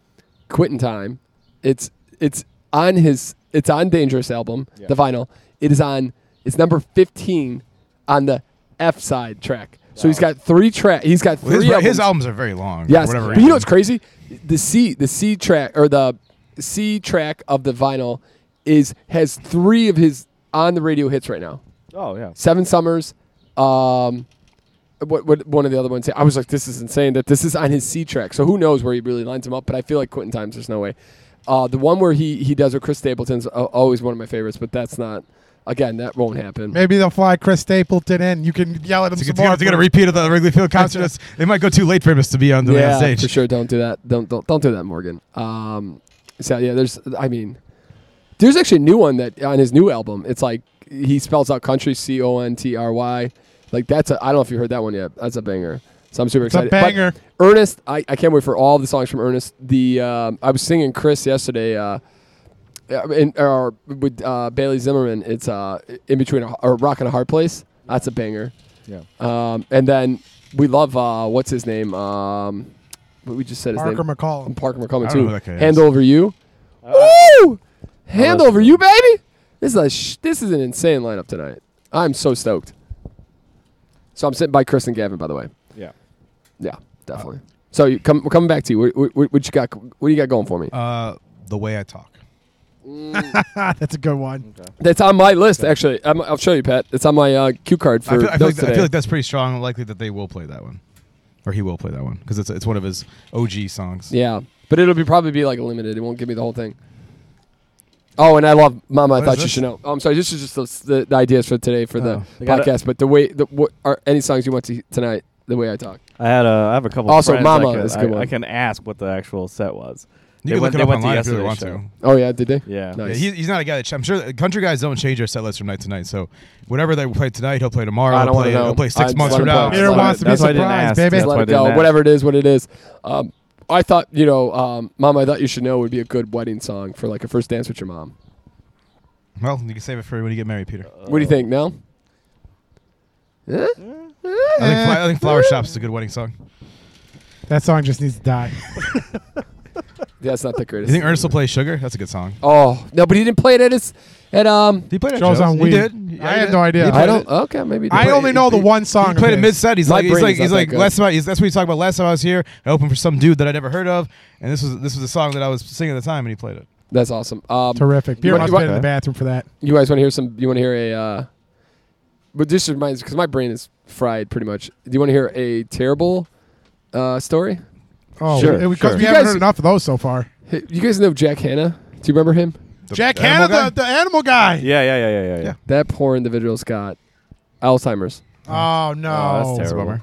S3: Quitting Time. It's it's on his it's on Dangerous album,
S4: Yeah.
S3: the vinyl. It is on it's number fifteen on the F side track. So he's
S4: Wow.
S3: got three track. He's got three.
S2: Well, his,
S3: albums.
S2: his albums are very long. for
S3: Yes.
S2: Whatever.
S3: But you
S2: reason.
S3: know what's crazy? The C the C track or the C track of the vinyl is has three of his on the radio hits right now.
S4: oh yeah.
S3: Seven Summers. Um, what, what one of the other ones? I was like, this is insane that this is on his C track. So who knows where he really lines him up? But I feel like Quentin Times. There's no way. Uh, the one where he he does with Chris Stapleton's a- always one of my favorites, but that's not. Again, that won't happen.
S1: Maybe they'll fly Chris Stapleton in. You can yell at him
S2: It's,
S1: some
S2: gonna-
S1: more.
S2: it's gonna repeat of the Wrigley Field concert. It's- it might go too late for him to be on the main
S3: yeah,
S2: stage.
S3: for sure. Don't do that. Don't don't don't do that, Morgan. Um, so yeah, there's. I mean, there's actually a new one that on his new album. It's like he spells out country C O N T R Y. Like that's. A, I don't know if you heard that one yet. That's a banger. So I'm super
S1: It's a
S3: excited. But
S1: banger.
S3: Ernest, I, I can't wait for all the songs from Ernest. The um, I was singing Chris yesterday. Uh, uh, in, or with uh, Bailey Zimmerman, it's uh, in between a, or rock and a hard place. That's a banger.
S4: Yeah.
S3: Um, and then we love uh, what's his name? Um, what we just said his
S1: Parker
S3: name. Um,
S1: McCollum.
S3: Parker McCollum
S2: I
S3: too.
S2: don't know who that guy
S3: Hand
S2: is.
S3: over you. Woo! Hand
S4: that's-
S3: over you, baby. This is a sh- this is an insane lineup tonight. I'm so stoked. So I'm sitting by Chris and Gavin, by the way.
S4: Yeah.
S3: Yeah, definitely.
S2: Uh,
S3: so you come, we're coming back to you. What, what, what you got? What do you got going for me?
S2: Uh, the way I talk.
S1: That's a good one.
S3: That's on my list, actually. I'm, I'll show you, Pat. It's on my uh, cue card for
S2: I feel, I, feel
S3: those
S2: like, I
S3: today.
S2: feel like that's pretty strong. Likely that they will play that one, or he will play that one because it's it's one of his OG songs.
S3: yeah, but it'll be probably be like limited. It won't give me the whole thing. Oh, and I love Mama. I
S2: What
S3: thought
S2: is
S3: you
S2: this?
S3: should know. Oh, I'm sorry. This is just the, s- the, the ideas for today for the
S4: Oh, I gotta-
S3: podcast. But the way, the, what are any songs you want to tonight? The way I talk.
S4: I had a, I have a couple.
S3: Also,
S4: friends
S3: Mama
S4: I can,
S3: is a good
S4: I,
S3: one.
S4: I can ask what the actual set was.
S2: You
S4: They
S2: can
S4: went-
S2: look it
S4: they
S2: up
S4: went to
S2: online if you really want
S4: yesterday's show.
S2: to.
S3: Oh yeah, did they?
S4: Yeah.
S3: Nice.
S2: Yeah, he, he's not a guy that. I'm sure that country guys don't change their set list from night to night. So whatever they play tonight, he'll play tomorrow.
S3: I
S2: He'll
S3: don't wanna
S2: play,
S3: know.
S2: he'll play
S3: I
S2: six
S3: just
S2: months
S3: let
S2: from
S3: him
S2: now.
S3: play.
S1: Peter
S3: That's
S1: wants to
S4: why I
S1: be
S4: didn't
S1: surprised,
S4: ask.
S1: baby.
S4: That's
S3: Just
S4: why
S3: let
S4: I
S3: it
S4: didn't
S3: go.
S4: ask.
S3: Whatever it is, what it is. Um, I thought, you know, um, Mom, I thought you should know would be a good wedding song for like a first dance with your mom.
S2: Well, you can save it for when you get married, Peter.
S3: What do you think? No. Eh?
S2: I think, Fla- I think Flower Shop is a good wedding song.
S1: That song just needs to die.
S3: That's not the
S2: You
S3: greatest.
S2: think Ernest will play Sugar? That's a good song.
S3: Oh no, but he didn't play it at his. At um,
S2: He played it.
S1: Joe's on
S2: He
S1: weed.
S2: did. Yeah,
S1: I
S2: he
S1: had
S2: did.
S1: no idea. I
S2: He
S3: I
S2: played
S3: don't.
S2: it.
S3: Okay, maybe.
S1: I
S3: I
S1: only know the one song.
S2: He played
S1: of
S2: it
S1: his.
S2: mid set. He's
S3: My
S2: like, he's
S3: brain
S2: like,
S3: is not
S2: he's
S3: that
S2: like.
S3: good.
S2: Last time, I, that's what we talked about. Last time I was here, I opened for some dude that I never heard of, and this was this was a song that I was singing at the time, and he played it.
S3: That's awesome. Um,
S1: Terrific. Peter
S3: You
S1: must have
S3: want-
S1: been in the bathroom for that.
S3: you guys want to hear some? You want to hear a? Uh, but this reminds because my brain is fried pretty much. Do you want to hear a terrible uh, story?
S1: Oh,
S4: Sure,
S1: because
S4: sure.
S1: we
S3: You
S1: haven't
S3: guys-
S1: heard enough of those so far.
S3: Hey, you guys know Jack Hanna? Do you remember him?
S2: The
S1: Jack Hanna,
S2: Animal guy?
S1: the, the animal guy.
S4: Yeah, yeah, yeah, yeah, yeah. yeah.
S2: Yeah.
S3: That poor individual's got Alzheimer's.
S1: Oh no,
S4: Oh, that's
S2: It's a
S4: terrible.
S2: bummer.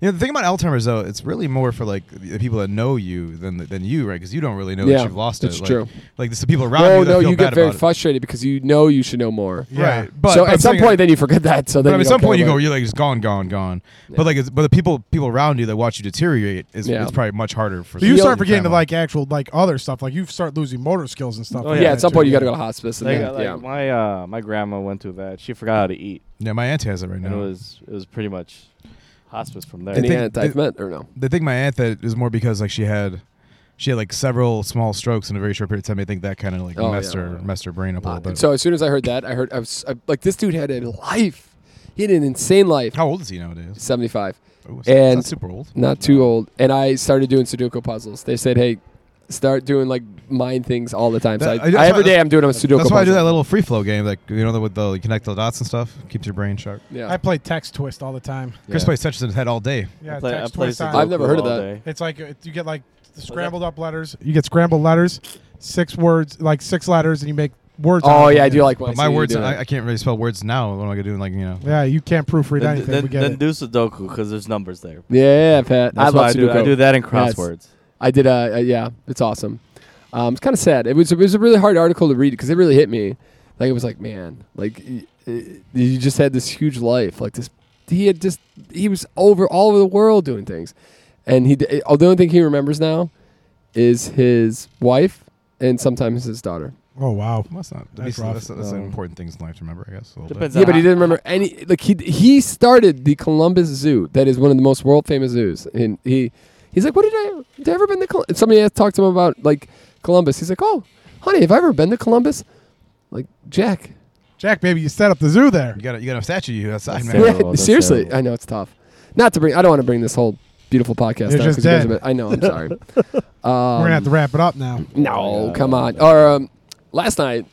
S2: You know, the thing about Alzheimer's though, it's really more for like the people that know you than than you, right? Because you don't really know
S3: Yeah,
S2: that you've lost
S3: it's
S2: it. Like,
S3: true.
S2: Like it's the people around
S3: Oh
S2: you that
S3: no,
S2: feel
S3: you
S2: bad
S3: get very
S2: about it.
S3: frustrated because you know you should know more.
S1: Yeah.
S2: Right. But,
S3: so
S2: but I'm
S3: at some
S2: saying-
S3: point, then you forget that. So
S2: But
S3: then
S2: I
S3: you
S2: mean, at
S3: don't
S2: some
S3: care
S2: point you
S3: about
S2: go,
S3: it.
S2: you're like, it's gone, gone, gone. But like, it's, but the people people around you that watch you deteriorate is
S3: Yeah.
S2: it's probably much harder for.
S1: But you
S3: He
S1: start
S3: owns-
S1: forgetting to
S2: family.
S1: like actual like other stuff. Like you start losing motor skills and stuff.
S4: Oh,
S1: like
S3: yeah,
S4: yeah,
S3: at
S1: that,
S3: some
S1: too.
S3: point you got to go to hospice. And
S4: Like,
S3: then,
S4: like
S3: yeah.
S4: my uh, my grandma went through that. She forgot how to eat,
S2: Yeah, my aunt has it right
S4: and it
S2: now.
S4: was it was pretty much hospice from there.
S2: I
S3: Any
S2: think-
S3: antidepressant or no?
S2: They think my aunt that is more because like she had, she had like several small strokes in a very short period of time. I think that kind of like
S3: Oh,
S2: messed
S3: yeah.
S2: her messed her brain up a little bit.
S3: So as soon as I heard that, I heard I was I, like, this dude had a life. He had an insane life.
S2: How old is he nowadays?
S3: Seventy-five,
S2: Oh, it's
S3: And-
S2: not super old.
S3: not too old. And I started doing Sudoku puzzles. They said, hey, start doing like mind things all the time. So
S2: That-
S3: I,
S2: I- that's
S3: I, every
S2: why-
S3: day I'm doing a Sudoku.
S2: That's why I do
S3: puzzle.
S2: that little free flow game, like you know, the, with the you connect the dots and stuff, keeps your brain sharp.
S3: Yeah.
S1: I play text twist all the time.
S2: Chris
S4: Yeah.
S2: plays touches in his head all day.
S1: Yeah,
S4: I play, I
S1: text
S4: play
S1: twist.
S4: Sudoku
S1: on-
S3: I've never heard of
S4: all
S3: that.
S4: day.
S1: It's like it, you get like the scrambled up letters. You get scrambled letters, six words, like six letters, and you make words. out
S3: oh
S1: of
S3: yeah,
S1: it.
S3: I do like when I
S2: But my
S3: see you
S2: words,
S3: do
S2: I,
S3: that.
S2: I can't really spell words now. What am I gonna do? Like you know,
S1: Yeah, you can't proofread
S4: Then,
S1: anything.
S4: then,
S1: we get
S4: then
S1: it.
S4: do Sudoku because there's numbers there.
S3: yeah, Pat.
S4: That's
S3: I
S4: why
S3: love
S4: I do.
S3: Sudoku.
S4: I do that in
S3: Yes.
S4: crosswords.
S3: I did. Uh, uh, yeah, it's awesome. Um, it's kind of sad. It was it was a really hard article to read because it really hit me. Like it was like, man, like y- y- you just had this huge life. Like this, he had just he was over all over the world doing things, and he. d- oh, the only thing he remembers now is his wife and sometimes his daughter.
S1: oh wow.
S2: well, that's not.
S1: That's
S2: That's,
S1: rough.
S2: that's, that's
S4: Um,
S2: important things in life to remember, I guess. a little bit.
S4: Depends
S3: yeah,
S4: on
S3: but he
S4: how-
S3: didn't remember any. Like he he started the Columbus Zoo, that is one of the most world famous zoos, and he he's like, "What did I? Did I ever been to?" Col-? Somebody asked, talked to him about like Columbus. He's like, "Oh, honey, have I ever been to Columbus?" Like Jack,
S1: Jack, baby, you set up the zoo there.
S2: You got a, you got a statue you outside,
S4: That's
S2: man.
S4: terrible.
S3: Yeah,
S4: that's
S3: seriously,
S4: terrible.
S3: I know it's tough. Not to bring, I don't want to bring this whole beautiful podcast.
S1: You're
S3: down
S1: just
S3: 'cause you guys
S1: dead.
S3: have been- I know. I'm sorry. Um,
S1: We're gonna have to wrap it up now.
S3: No,
S4: Yeah.
S3: come on. Or um, last night,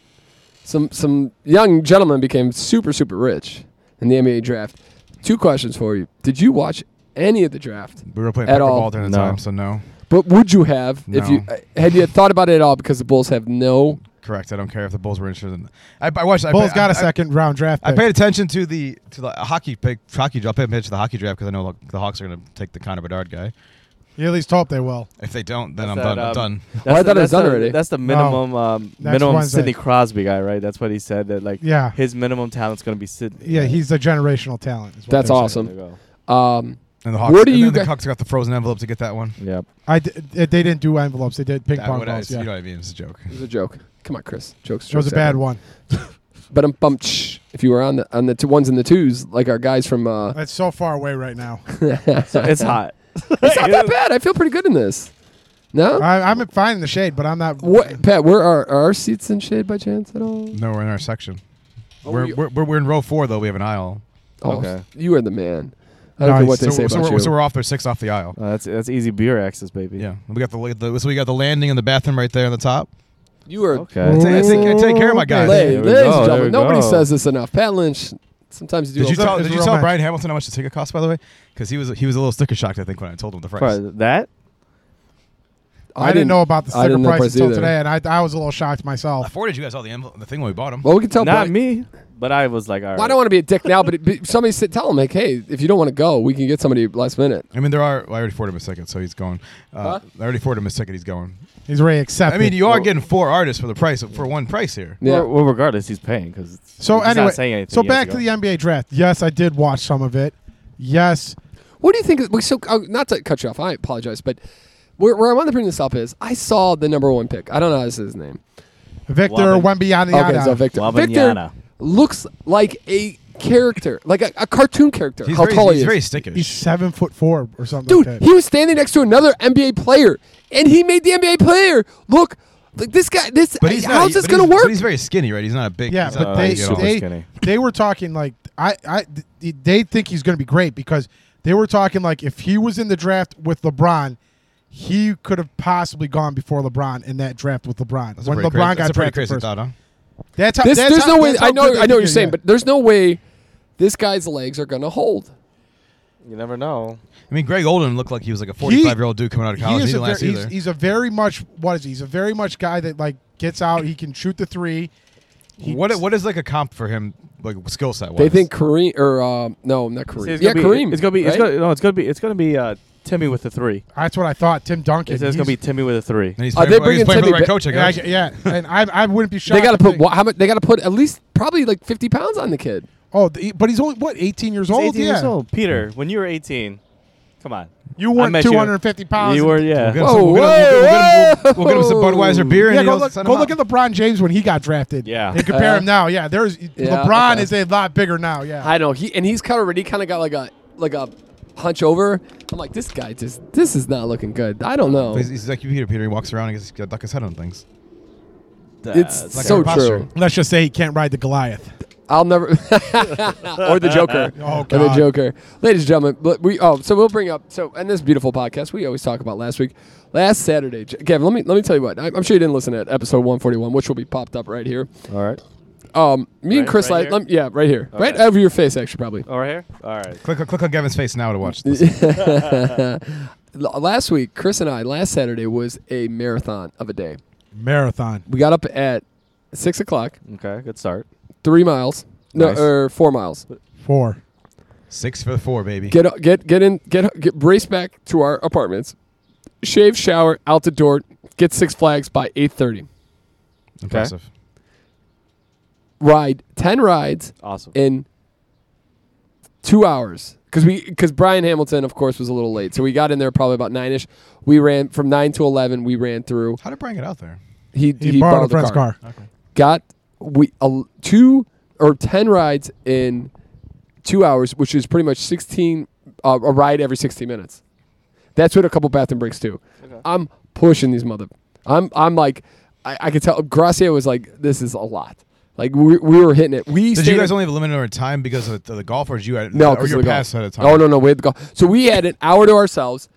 S3: some some young gentleman became super super rich in the NBA draft. Two questions for you: Did you watch any of the draft?
S2: We were playing
S3: At all.
S2: pickleball during the
S4: No.
S2: time, so no.
S3: But would you have if
S2: No.
S3: you uh, had you thought about it at all? Because the Bulls have no.
S2: Correct. I don't care if the Bulls were interested. In, I, I watched. I,
S1: Bulls
S2: pa-
S1: got
S2: I,
S1: a second round draft.
S2: I,
S1: Pick.
S2: paid attention to the to the hockey pick, hockey draft. I paid attention to the hockey draft because I know like, the Hawks are going to take the Connor Bedard guy.
S1: You at least hope they will.
S2: If they don't, then
S4: That's
S2: I'm
S4: that,
S2: done. I'm
S4: um,
S2: done.
S4: That's
S3: I
S4: the-
S3: thought it was
S4: that's
S3: done
S4: the-
S3: already.
S4: That's the minimum um,
S1: Next
S4: minimum
S1: Wednesday.
S4: Sidney Crosby guy, right? That's what he said. That like
S1: Yeah.
S4: his minimum talent's going to be Sidney.
S1: Yeah, he's a generational talent. is what
S3: That's
S1: they're saying.
S3: awesome.
S4: There you go.
S3: Um,
S2: And the Hawks.
S3: Where do
S2: and
S3: you
S2: then the
S3: gu-
S2: Hawks got the frozen envelope to get that one.
S4: Yep.
S1: I d- they didn't do envelopes. They did ping
S2: That
S1: pong
S2: would- I-
S1: balls. Yeah.
S2: You know what I mean? It's a joke.
S3: it was a joke. Come on, Chris. Jokes. jokes
S1: It was a bad one.
S3: But I'm bumped. If you were on the on the two ones and the twos, like our guys from. Uh,
S1: That's so far away right now.
S4: So it's hot.
S3: it's not that bad. I feel pretty good in this. No.
S1: I, I'm fine in the shade, but I'm not.
S3: What, Pat? Where are, are our seats in shade by chance at all?
S2: No, we're in our section.
S4: Oh,
S2: We're, we're, we're, we're in row four though. We have an aisle.
S3: Oh,
S4: Okay.
S3: You are the man. I don't care
S2: Nice.
S3: what they
S2: so,
S3: say
S2: so
S3: about
S2: we're,
S3: you.
S2: So we're off there, six off the aisle.
S4: Uh, that's that's easy beer access, baby.
S2: Yeah, we got the, la- the so we got the landing and the bathroom right there on the top.
S3: you are
S4: Okay.
S2: I take, I take, I take care of my guys.
S3: Lay-
S4: There we
S3: ladies and
S4: go, there
S3: gentlemen,
S4: we
S3: nobody
S4: go.
S3: says this enough. Pat Lynch, sometimes you do.
S2: Did you
S5: It's a-
S2: tell
S5: it's
S2: Did
S5: a
S2: you
S5: real
S2: tell
S5: match.
S2: Brian Hamilton how much the ticket cost by the way? Because he was he was a little sticker shocked I think when I told him the price.
S4: Probably that
S5: I, didn't know about
S3: I
S5: the sticker
S3: didn't know
S5: price
S3: price
S5: until
S3: either.
S5: today, and I, I was a little shocked
S2: I
S5: myself.
S2: forwarded you guys all the envelope, the thing when we bought them.
S3: Well, we can tell.
S4: not
S3: Brian-
S4: me, but I was like, all right.
S3: Well, I don't want to be a dick now, but, it, but somebody said, tell him, like, hey, if you don't want to go, we can get somebody last minute.
S2: I mean, there are. well, I already forwarded him a ticket, so he's going. Uh,
S3: Huh?
S2: I already forwarded him a ticket, he's going.
S5: He's already accepted.
S2: I mean, you are getting four artists for the price of, for one price here.
S3: Yeah.
S4: Well, well, regardless, he's paying because
S5: so
S4: he's
S5: anyway,
S4: not saying anything.
S5: so
S4: He has
S5: back to
S4: go.
S5: the NBA draft. Yes, I did watch some of it. Yes,
S3: What do you think? we- So, uh, not to cut you off, I apologize, but where, where I wanted to bring this up is I saw the number one pick. I don't know how to say his name.
S5: Victor
S4: Wabi-
S5: Wembanyama.
S3: Okay, so Victor.
S4: Wabanyana.
S3: Victor looks like a character, like a, a cartoon character.
S2: He's
S3: how
S2: very,
S3: tall
S2: he's
S3: he is.
S2: very stickish.
S5: He's seven foot four or something.
S3: Dude,
S5: like that.
S3: he was standing next to another NBA player, and he made the NBA player look like this guy. This
S2: but he's not,
S3: how's this
S2: but
S3: gonna
S2: he's-
S3: work?
S2: But he's very skinny, right? He's not a big.
S5: Yeah,
S2: he's
S5: but
S2: not
S5: they
S2: big at all.
S4: super
S5: they,
S4: skinny.
S5: they were talking like I I th- they think he's going to be great because they were talking like if he was in the draft with LeBron, he could have possibly gone before LeBron in that draft with LeBron.
S2: That's a
S5: when
S2: pretty crazy-
S5: LeBron got
S2: that's a pretty
S5: drafted
S2: crazy
S5: first.
S2: thought, huh?
S5: That's how,
S3: This,
S5: that's
S3: there's
S5: how-
S3: no way.
S5: that's how
S3: I know.
S5: good
S3: I know
S5: they
S3: what you're
S5: think
S3: saying,
S5: it is.
S3: but there's no way this guy's legs are gonna hold.
S4: You never know.
S2: I mean, Greg Olden looked like he was like a 45 year old dude coming out of college. He,
S5: he is a
S2: didn't
S5: very,
S2: last either.
S5: he's, he's a very much what is he? He's a very much guy that like gets out. He can shoot the three. He-
S2: what what is like a comp for him, like skill set wise?
S3: They think Kareem or um, no, not
S4: See,
S3: Kareem.
S4: it's
S3: Yeah,
S4: gonna be,
S3: Kareem.
S4: It's gonna be. It's
S3: right?
S4: gonna, no, it's gonna be. It's gonna be uh, Timmy with a three.
S5: That's what I thought. Tim Duncan.
S4: It's, it's gonna be
S5: he's-
S4: Timmy with a three.
S2: And he's
S3: Are
S2: playing,
S3: they
S2: for- he's
S3: bringing
S2: playing for
S3: Timmy
S2: the right
S3: Ba-
S2: coach, I
S5: yeah, I-
S2: guess.
S5: yeah, and I, I wouldn't be shocked.
S3: They gotta
S5: if
S3: put wha- how much? They gotta put at least probably like 50 pounds on the kid.
S5: Oh, the, but he's only what 18 years
S4: He's
S5: old.
S4: 18
S5: yeah,
S4: years old. Peter, when you were 18, come on.
S5: you
S4: I
S5: weren't
S4: met you.
S5: 250 pounds.
S4: You were,
S2: We'll
S4: yeah.
S2: get him some-
S3: Whoa,
S2: we'll get him- we'll
S3: whoa,
S2: get him- We'll we'll get him some
S3: whoa.
S2: Budweiser beer and
S5: Yeah, go
S2: he'll
S5: look,
S2: send
S5: go
S2: him
S5: look at
S2: out.
S5: LeBron James when he got drafted.
S4: Yeah.
S5: and compare
S3: Yeah.
S5: him now. Yeah, there's LeBron
S3: okay.
S5: is a lot bigger now. Yeah,
S3: I know he and he's kind of already kind of got like a like a hunch over. I'm like this guy just this is not looking good. I don't know.
S2: He's, he's like Peter. Peter, he walks around and gets to duck his head on things.
S3: It's
S4: That's-
S3: so
S2: our posture.
S3: true.
S5: let's just say he can't ride the Goliath.
S3: I'll never or the Joker
S5: Oh
S3: or
S5: God,
S3: the Joker, ladies and gentlemen. But we oh so we'll bring up so and this beautiful podcast we always talk about last week, last Saturday. J- Kevin, let me let me tell you what I, I'm sure you didn't listen to it, episode 141, which will be popped up right here.
S4: All right.
S3: Um, me and
S4: Right-
S3: Chris,
S4: right
S3: Light,
S4: here?
S3: lem- yeah, right here, right
S4: Okay.
S3: over your face actually probably.
S4: All right here. All right.
S2: Click, click on Gavin's face now to watch this.
S3: L- last week, Chris and I last Saturday was a marathon of a day.
S5: marathon.
S3: We got up at six o'clock,
S4: Okay. Good start.
S3: three miles, no,
S2: Nice.
S3: or four miles.
S5: Four.
S2: Six for the four, baby.
S3: Get get get in, get get race back to our apartments, shave, shower, out the door, get Six Flags by eight thirty.
S2: Impressive.
S3: Ride ten rides
S4: Awesome.
S3: in two hours because we because Brian Hamilton, of course, was a little late, so we got in there probably about nine ish. We ran from nine to eleven. We ran through.
S2: How did Brian get out there?
S3: He
S5: He, borrowed, a
S3: the
S5: friend's car.
S3: got we uh, two or ten rides in two hours, which is pretty much sixteen uh, a ride every sixteen minutes. That's what a couple bathroom breaks do. I'm pushing these mother. I'm I'm like I, I could tell. Gracia was like, this is a lot. Like we, we were hitting it. We
S2: Did
S3: stayed
S2: you guys
S3: in-
S2: only have a limited amount of time because of the, the golfers you had?
S3: no
S2: or
S3: 'cause
S2: your
S3: of the golf.
S2: pass at a time.
S3: Oh no no we had the golf. So we had an hour to ourselves,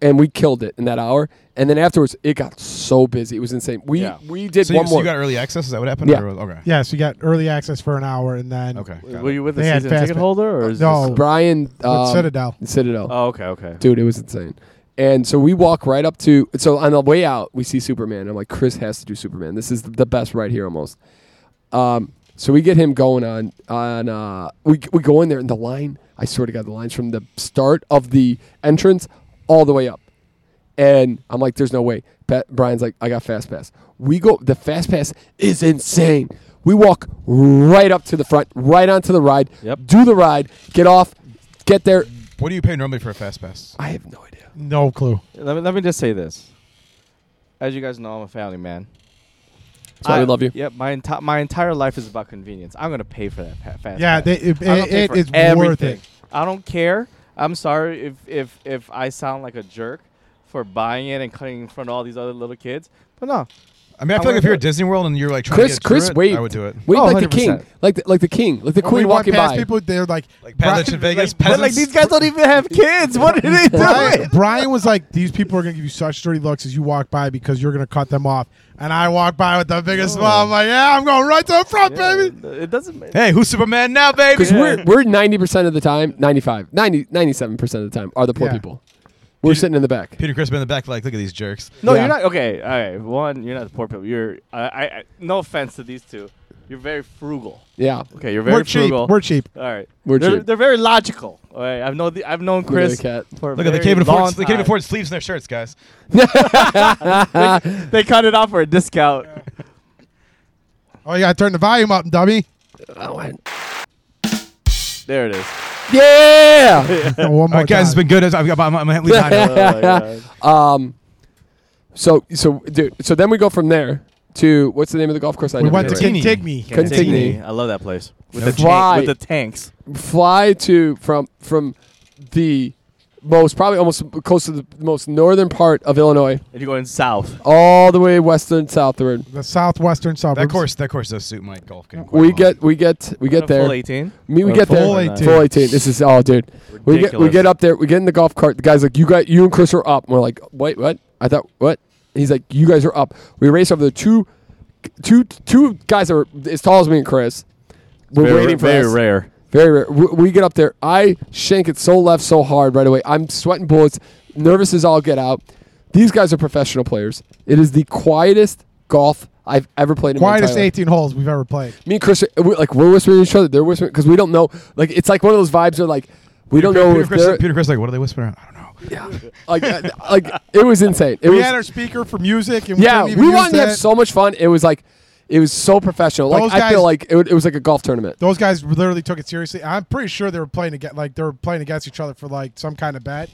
S3: and we killed it in that hour. And then afterwards, it got so busy. It was insane. We
S4: Yeah.
S3: we did
S2: So you,
S3: one
S2: so
S3: more.
S2: you got early access? Is that what happened?
S3: Yeah.
S2: Or- okay.
S5: Yeah, so you got early access for an hour, and then
S2: Okay. got
S4: Were
S2: it.
S4: you with a
S5: They had
S4: season
S5: fast
S4: ticket
S5: pa-
S4: holder or is
S5: No.
S4: This
S3: Brian um,
S5: with Citadel.
S3: Citadel.
S4: oh, okay. Okay.
S3: dude, it was insane. And so we walk right up to. So on the way out, we see Superman. I'm like, Chris has to do Superman. This is the best right here, almost. Um, so we get him going on on. Uh, we we go in there, and the line. I swear to God, the lines from the start of the entrance all the way up. And I'm like, there's no way. Pat, Brian's like, I got fast pass. We go. The fast pass is insane. We walk right up to the front, right onto the ride.
S4: Yep.
S3: Do the ride. Get off. Get there.
S2: What do you pay normally for a fast pass?
S3: I have no idea.
S5: No clue.
S4: Let me, let me just say this. As you guys know, I'm a family man.
S3: So we love you.
S4: Yep. My entire my entire life is about convenience. I'm gonna pay for that pa- fast.
S5: Yeah,
S4: pass.
S5: they, it,
S4: I'm gonna pay
S5: it,
S4: for
S5: it is worth
S4: everything.
S5: it.
S4: I don't care. I'm sorry if if if I sound like a jerk for buying it and cutting in front of all these other little kids, but no,
S2: I mean, I feel
S4: I
S2: like
S4: wanna
S2: if you're at
S4: do it.
S2: Disney World and you're like trying
S3: Chris,
S2: to get through
S3: Chris
S2: it,
S3: waved.
S2: I would do it.
S3: Waved
S6: Oh,
S3: like the
S6: 100%.
S3: king, like the, like the king, like the
S1: we
S3: queen
S1: walk
S3: walking
S1: past
S3: by.
S1: people, they're like,
S2: Like
S1: Bri-
S2: peasants in Vegas,
S4: But, like these guys don't even have kids. What are they doing?
S1: Brian, Brian was like, "These people are gonna give you such dirty looks as you walk by because you're gonna cut them off." And I walk by with the biggest smile. I'm like, "Yeah, I'm going right to the front, baby."
S4: It doesn't. ma-
S2: Hey, who's Superman now, baby?
S3: Because we're we're ninety percent of the time, 95, 97 percent of the time are the poor
S1: Yeah.
S3: people. We're sitting in the back.
S2: Peter Crispin in the back, like, look at these jerks.
S4: No,
S3: Yeah.
S4: you're not. Okay, all right. One, you're not the poor people. You're. I, I. I- No offense to these two. You're very frugal.
S3: Yeah,
S4: Okay, you're very
S1: We're cheap.
S4: frugal.
S1: We're cheap.
S4: all right.
S3: We're
S4: they're,
S3: cheap.
S4: They're very logical. All right. I've known. The, I've known
S3: Look at
S4: Chris.
S3: the cat.
S4: For a
S2: Look at they
S4: very
S2: can't even
S4: long
S2: afford they can't
S4: time.
S2: even afford sleeves in their shirts, guys.
S4: They cut it off for a discount.
S1: Oh, you gotta turn the volume up, dummy.
S4: There it is.
S3: yeah.
S1: One more
S2: All right, guys, it's
S1: time.
S2: been good. I'm, I'm, I'm, I'm leaving
S4: Oh my God.
S3: um, so so dude, so then we go from there to what's the name of the golf course? I
S1: we
S3: never
S1: went to
S3: remember?
S2: Continue.
S1: Kentigny.
S3: Continue.
S4: I love that place with
S2: No
S4: the tank,
S3: fly.
S4: with the tanks.
S3: fly to from from the most probably almost close to the most northern part of Illinois,
S4: And you're going south.
S3: all the way western southward.
S1: the southwestern suburbs.
S2: That course, that course does suit my golf game. quite
S3: We
S2: well.
S3: get we get we
S4: On
S3: get
S4: a Full
S3: there.
S4: 18.
S3: Me, we
S4: Or
S3: get
S1: full
S3: there.
S1: 18.
S3: Full 18. This is oh, dude. We get we
S4: Ridiculous.
S3: get up there. We get in the golf cart. The guys like you got you and Chris are up. And we're like wait what? I thought what? He's like you guys are up. We race over the two two two guys that are as tall as me and Chris. We're
S4: Very-
S3: waiting for
S4: very
S3: us.
S4: rare.
S3: Very rare. We, we get up there. I shank it so left, so hard right away. I'm sweating bullets, nervous as all get out. These guys are professional players. It is the quietest golf I've ever played in
S1: Quietest
S3: my entire life.
S1: 18 holes we've ever played.
S3: Me and Chris, are- we're, like we're whispering to each other. They're whispering because we don't know. Like it's like one of those vibes where like we don't know
S2: Peter
S3: if they're
S2: Chris, Peter Chris, like, what are they whispering? I don't know.
S3: like uh, like it was insane. It
S1: We
S3: was,
S1: had our speaker for music, and
S3: yeah.
S1: we,
S3: We
S1: didn't even use
S3: wanted to have
S1: that.
S3: so much fun. It was like it was so professional. Like
S1: Those
S3: I feel
S1: guys-
S3: like it, would- it was like a golf tournament.
S1: Those guys literally took it seriously. I'm pretty sure they were playing against, like they were playing against each other for like some kind of bet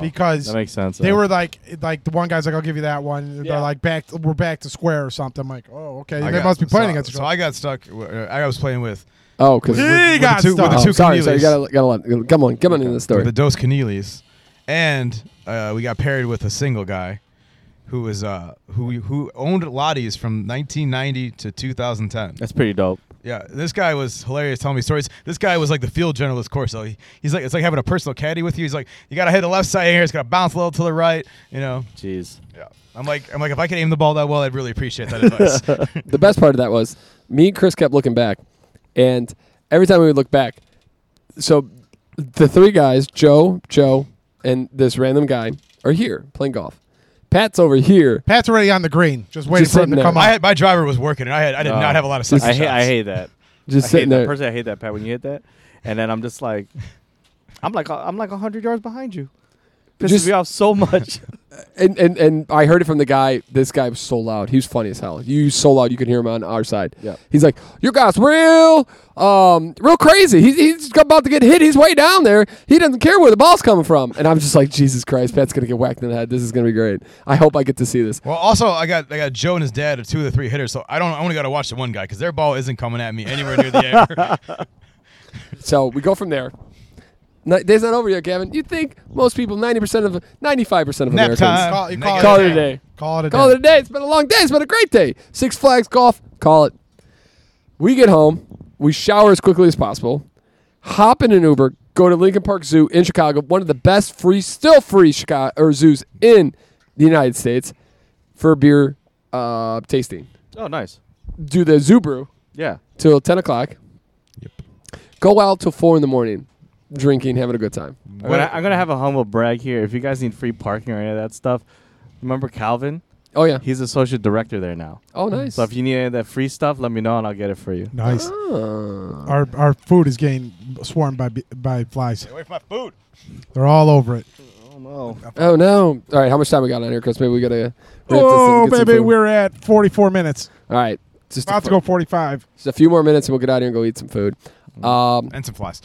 S1: because
S4: That makes sense.
S1: They
S4: though.
S1: were like, like the one guy's like, "I'll give you that one." and They're
S4: Yeah.
S1: like, "Back, we're back to square or something." I'm like, "Oh, okay."
S2: I
S1: they
S2: got-
S1: must be playing
S2: so,
S1: against each
S2: So
S1: other.
S2: I got stuck. uh, I was playing with
S3: Oh, because
S1: He
S2: with the
S1: got
S2: two- with the
S1: stuck.
S2: two
S3: oh, sorry, sorry.
S2: Keneally's.
S3: You gotta gotta let, come on, come on in the story.
S2: with the Dos Canelis, and uh, we got paired with a single guy who was uh, who who owned Lottie's from 1990 to 2010.
S4: That's pretty dope.
S2: Yeah, this guy was hilarious telling me stories. This guy was like the field generalist course. So he, he's like, it's like having a personal caddy with you. He's like, you gotta hit the left side here. It's gonna bounce a little to the right. You know.
S4: Jeez.
S2: Yeah. I'm like, I'm like, if I could aim the ball that well, I'd really appreciate that advice.
S3: the best part of that was me and Chris kept looking back, and every time we would look back, so the three guys, Joe, Joe, and this random guy, are here playing golf. Pat's over here.
S1: Pat's already on the green, just waiting
S3: Just
S1: for him
S3: sitting
S1: to come
S3: there.
S2: I
S1: up.
S2: had my driver was working, and I had I did
S4: Oh.
S2: not have a lot of
S3: This
S2: second
S4: I hate.
S2: shots.
S4: I hate that.
S3: Just
S4: I hate
S3: sitting
S4: that.
S3: there.
S4: Personally, I hate that Pat when you hit that, and then I'm just like, I'm like I'm like hundred yards behind you. Pisses
S3: Just-
S4: me off so much.
S3: and, and and I heard it from the guy. This guy was so loud. He was funny as hell. He was so loud you could hear him on our side.
S4: Yeah.
S3: He's like, "Your guy's real, um, real crazy. He's, he's about to get hit. He's way down there. He doesn't care where the ball's coming from." And I'm just like, "Jesus Christ, Pat's gonna get whacked in the head. This is gonna be great. I hope I get to see this."
S2: Well, also I got I got Joe and his dad are two of the three hitters, so I don't I only got to watch the one guy because their ball isn't coming at me anywhere near the air.
S3: So we go from there. Ni- day's not over yet, Gavin. You think most people, ninety percent of, ninety-five percent of
S2: Nap
S3: Americans,
S2: time.
S1: Call- you
S2: Nigga.
S1: call it
S3: call
S1: a
S3: it a
S1: day.
S3: day.
S1: Call it a
S3: Call
S1: day.
S3: it a day. It's been a long day. It's been a great day. Six Flags golf. Call it. We get home. We shower as quickly as possible. Hop in an Uber. Go to Lincoln Park Zoo in Chicago, one of the best free, still free Chicago or zoos in the United States for beer uh, tasting.
S4: oh, nice.
S3: Do the zoo brew
S4: Yeah.
S3: till ten o'clock.
S2: Yep.
S3: Go out till four in the morning, drinking, having a good time.
S4: I'm gonna, I'm gonna have a humble brag here. If you guys need free parking or any of that stuff, remember Calvin?
S3: Oh yeah.
S4: He's associate director there now.
S3: Oh nice.
S4: So if you need any of that free stuff, let me know and I'll get it for you.
S1: Nice.
S3: Oh.
S1: Our our food is getting swarmed by b- by flies.
S2: Away from my food.
S1: They're all over it.
S4: Oh no.
S3: Oh no! All right, how much time we got on here, Chris? Maybe we gotta. wrap this and
S1: Oh,
S3: get some
S1: baby,
S3: food.
S1: we're at 44 minutes.
S3: All right, just a,
S1: About
S3: fu-
S1: to go 45.
S3: just a few more minutes, and we'll get out here and go eat some food. Um,
S2: And some flies.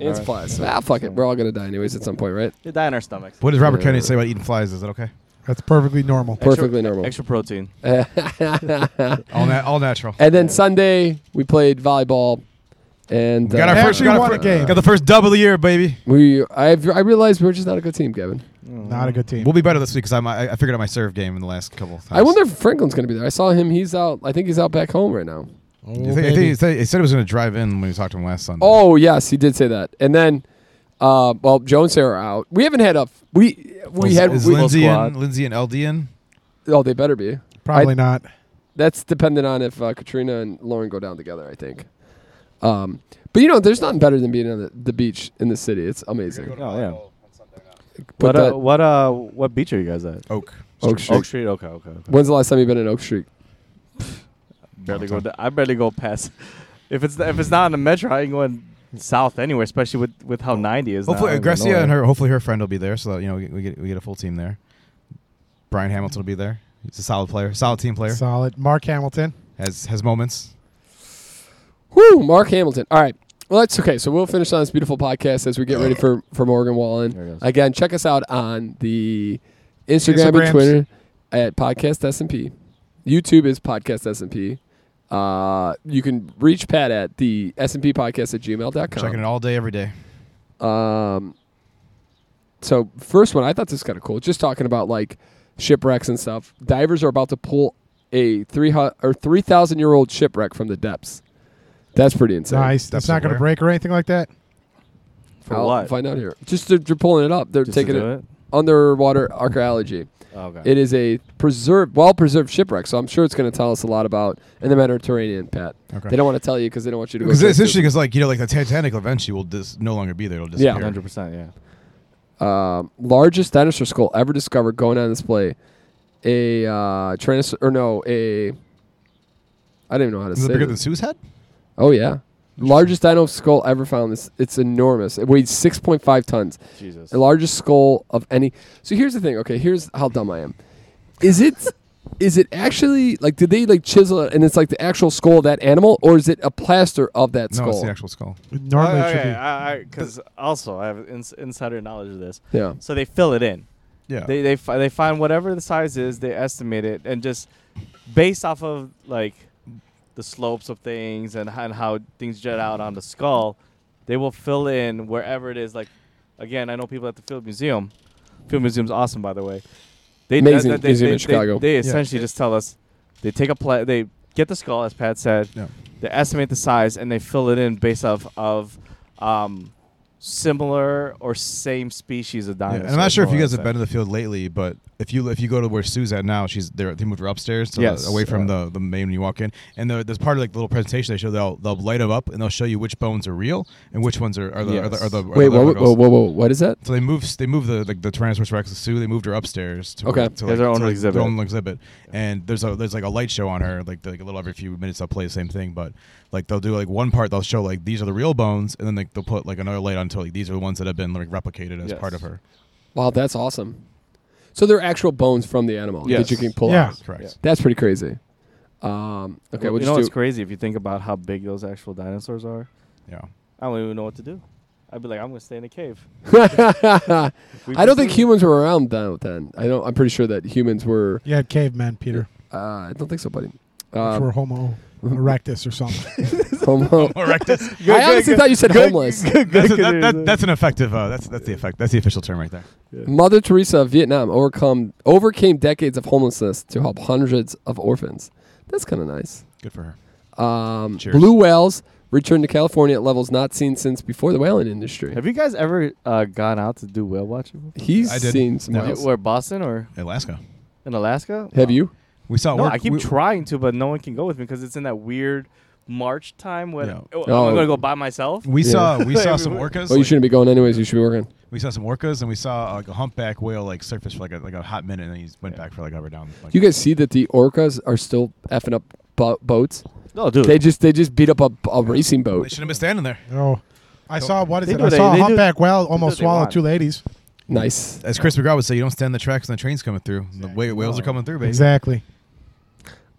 S3: and some flies. Ah, fuck it. We're all gonna die anyways at some point, right?
S4: You die in our stomachs.
S2: What does Robert Kennedy say about eating flies? Is that okay?
S1: That's perfectly normal.
S4: Extra-
S3: Perfectly normal.
S4: Extra protein.
S2: All nat- all natural.
S3: And then Sunday we played volleyball, and uh,
S2: Got our
S1: Actually
S2: first, got, our
S1: won
S2: fir-
S1: a game.
S2: got the first double of the year, baby.
S3: we. I I realized we're just not a good team, Kevin.
S1: Not a good team.
S2: We'll be better this week because I I figured out my serve game in the last couple of times.
S3: I wonder if Franklin's going to be there. I saw him. He's out. I think he's out back home right now.
S1: Oh,
S2: I think, I think he said, he said he was going to drive in when we talked to him last Sunday.
S3: Oh yes, he did say that. And then, uh, well, Joe and Sarah are out. We haven't had a f- we we
S2: is,
S3: had
S2: is
S3: we,
S2: Lindsay
S4: Full
S2: and
S4: squad.
S2: Lindsay and LD in.
S3: oh they better be.
S1: Probably not.
S3: That's dependent on if uh, Katrina and Lauren go down together. I think. Um, but you know, there's nothing better than being on the, the beach in the city. It's amazing.
S4: Oh yeah.
S3: Put
S4: What
S3: that
S4: uh, what uh what beach are you guys at?
S2: Oak.
S3: Oak Street.
S4: Oak Street. Okay, okay. okay.
S3: When's the last time you've been in Oak Street?
S4: Barely go. d- I barely go past. If it's if it's not on the metro, I ain't going south anywhere. Especially with with how 90 is. now. I
S2: Hopefully, uh,
S4: don't know
S2: Gracia
S4: where.
S2: and her. Hopefully, her friend will be there, so that you know we, we get we get a full team there. Brian Hamilton will be there. He's a solid player, solid team player.
S1: Solid. Mark Hamilton.
S2: Has has moments.
S3: Woo, Mark Hamilton. All right. Well, that's okay. So we'll finish on this beautiful podcast as we get ready for, for Morgan
S4: There it
S3: Wallen.
S4: goes.
S3: Again, check us out on the Instagram
S1: Instagrams.
S3: and Twitter at Podcast S&P. YouTube is Podcast S&P. Uh, you can reach Pat at the S&P podcast at
S2: Checking
S3: gmail.com.
S2: it all day, every day.
S3: Um, so first one, I thought this was kind of cool. Just talking about like shipwrecks and stuff. Divers are about to pull a three hu- or three thousand year old shipwreck from the depths. That's pretty insane.
S1: Nice. That's
S2: That's
S1: not going to
S2: aware.
S1: break or anything like that.
S4: for
S3: I'll
S4: what?
S3: Find out here. Just they're, they're pulling it up. They're
S4: Just to
S3: taking it,
S4: do it.
S3: underwater archaeology.
S4: Oh, okay.
S3: It is a preserved, well preserved shipwreck. So I'm sure it's going to tell us a lot about in the Mediterranean, Pat.
S2: Okay.
S3: They don't want to tell you because they don't want you to. go
S2: Because it's
S3: search it.
S2: interesting because like you know like the Titanic eventually will dis- no longer be there. It'll
S3: Yeah.
S2: disappear.
S4: 100. percent Yeah.
S3: um, largest dinosaur skull ever discovered going on display. A uh, tyrannosaur, or no, a. I don't even know how to
S2: Is it
S3: say
S2: bigger
S3: it.
S2: than Sue's head?
S3: oh yeah, largest dino skull ever found. This it's enormous. It weighs 6.5 tons.
S4: Jesus.
S3: The largest skull of any. So here's the thing. Okay, here's how dumb I am. Is it, is it actually like? Did they like chisel it and it's like the actual skull of that animal, or is it a plaster of that
S2: No, it's
S3: skull?
S2: the actual skull.
S1: Normally, it should
S4: okay,
S1: be.
S4: because also I have ins- insider knowledge of this.
S3: yeah.
S4: So they fill it in.
S2: Yeah.
S4: They they fi- they find whatever the size is, they estimate it, and just based off of like the slopes of things and, how- and how things jet out on the skull, they will fill in wherever it is. Like again, I know people at the Field Museum. Field Museum's awesome, by the way. They
S3: Amazing
S4: that- that-
S3: museum in Chicago.
S4: They, essentially just tell us they take a pla- they get the skull, as Pat said.
S2: Yeah.
S4: They estimate the size and they fill it in based off of. Um, Similar or same species of
S2: Yeah,
S4: dinosaurs.
S2: and I'm not sure if
S4: more
S2: you
S4: or
S2: guys
S4: less.
S2: have been to the field lately, but if you if you go to where Sue's at now, she's there. They moved her upstairs, to
S4: Yes.
S2: the, away from
S3: Uh,
S2: the, the main when you walk in. And the, there's part of like the little presentation they show. They'll they'll light them up and they'll show you which bones are real and which ones are, are, the, are the are the are
S3: Wait,
S2: the
S3: whoa,
S2: replica
S3: whoa,
S2: skulls.
S3: whoa, whoa, what is that?
S2: So they move they move the like the Tyrannosaurus Rex Sue. They moved her upstairs to
S3: Okay.
S2: to,
S4: Yeah, their own
S2: to,
S4: exhibit.
S2: Their own exhibit. And there's a there's like a light show on her. Like, like a little every few minutes they'll play the same thing, but like they'll do like one part they'll show like these are the real bones, and then like they'll put like another light on until like these are the ones that have been like replicated as
S4: Yes.
S2: part of her.
S3: Wow, that's awesome. So they're actual bones from the animal that
S4: Yes.
S3: you can pull
S1: Yeah.
S3: out.
S2: Correct.
S4: Yeah.
S3: That's pretty crazy. Um, okay, we'll
S4: Well, you know
S3: just
S4: what's
S3: do.
S4: crazy if you think about how big those actual dinosaurs are.
S2: Yeah.
S4: I don't even know what to do. I'd be like, I'm gonna stay in a cave. We
S3: I don't think
S4: preserve-
S3: humans were around then. then. I don't. I'm pretty sure that humans were.
S1: You had cavemen, Peter,
S3: Uh, I don't think so, buddy.
S1: which
S3: Um,
S1: were Homo erectus or something.
S3: homo.
S2: Erectus.
S3: uh, I honestly thought you said homeless.
S2: that's, that- that- that's an effective. Uh, that's that's the effect. That's the official term right there.
S3: Mother Teresa of Vietnam overcome overcame decades of homelessness to help hundreds of orphans. That's kind of nice.
S2: Good for her.
S3: Um,
S2: Cheers.
S3: blue whales returned to California at levels not seen since before the whaling industry.
S4: Have you guys ever uh, gone out to do whale watching?
S3: He's
S2: I did.
S3: seen some
S2: No.
S3: whales.
S4: Where Boston or
S2: Alaska.
S4: in Alaska?
S3: Have
S4: No.
S3: you?
S2: We saw.
S4: No,
S2: work-
S4: I keep
S2: we-
S4: trying to, but no one can go with me because it's in that weird March time when
S2: Yeah.
S4: oh,
S3: Oh.
S4: I'm gonna go by myself.
S2: We
S3: Yeah.
S2: saw we saw
S4: Like,
S2: some
S4: we-
S2: orcas.
S3: Oh, you
S2: like-
S3: shouldn't be going anyways. You should be working.
S2: we saw some orcas and we saw uh, like a humpback whale like surface for like a, like a hot minute and then he went back for like over down. Like,
S3: You guys see that the orcas are still effing up bo- boats?
S4: No, dude.
S3: They just they just beat up a, a racing
S2: they
S3: boat.
S2: should have been standing there.
S1: oh, I saw what is
S4: They
S1: it?
S4: do
S1: I
S4: they-
S1: saw a
S4: they do-
S1: humpback whale almost
S4: they
S1: swallow
S4: want.
S1: two ladies.
S3: Nice.
S2: As Chris McGraw would say, you don't stand the tracks and the trains coming through. The wha- whales are coming through, baby.
S1: Exactly.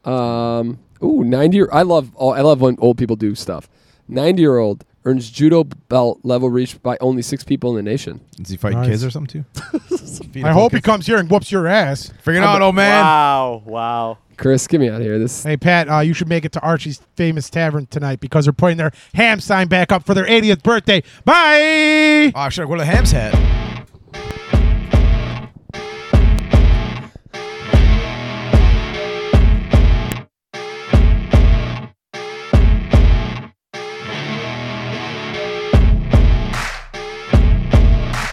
S3: Um. Ooh, ninety. Year, I love. all I love when old people do stuff. Ninety year old earns judo belt level reached by only six people in the nation.
S2: Is he fighting
S1: Nice.
S2: kids or something too? Feeding
S1: I hope he
S2: kids.
S1: comes here and whoops your ass.
S2: Figure it out, old man.
S4: Wow, wow.
S3: Chris, get me out of here. This.
S1: Hey Pat, uh, you should make it to Archie's famous tavern tonight because they're putting their ham sign back up for their 80th birthday. Bye.
S2: Oh, I should have worn a ham's hat.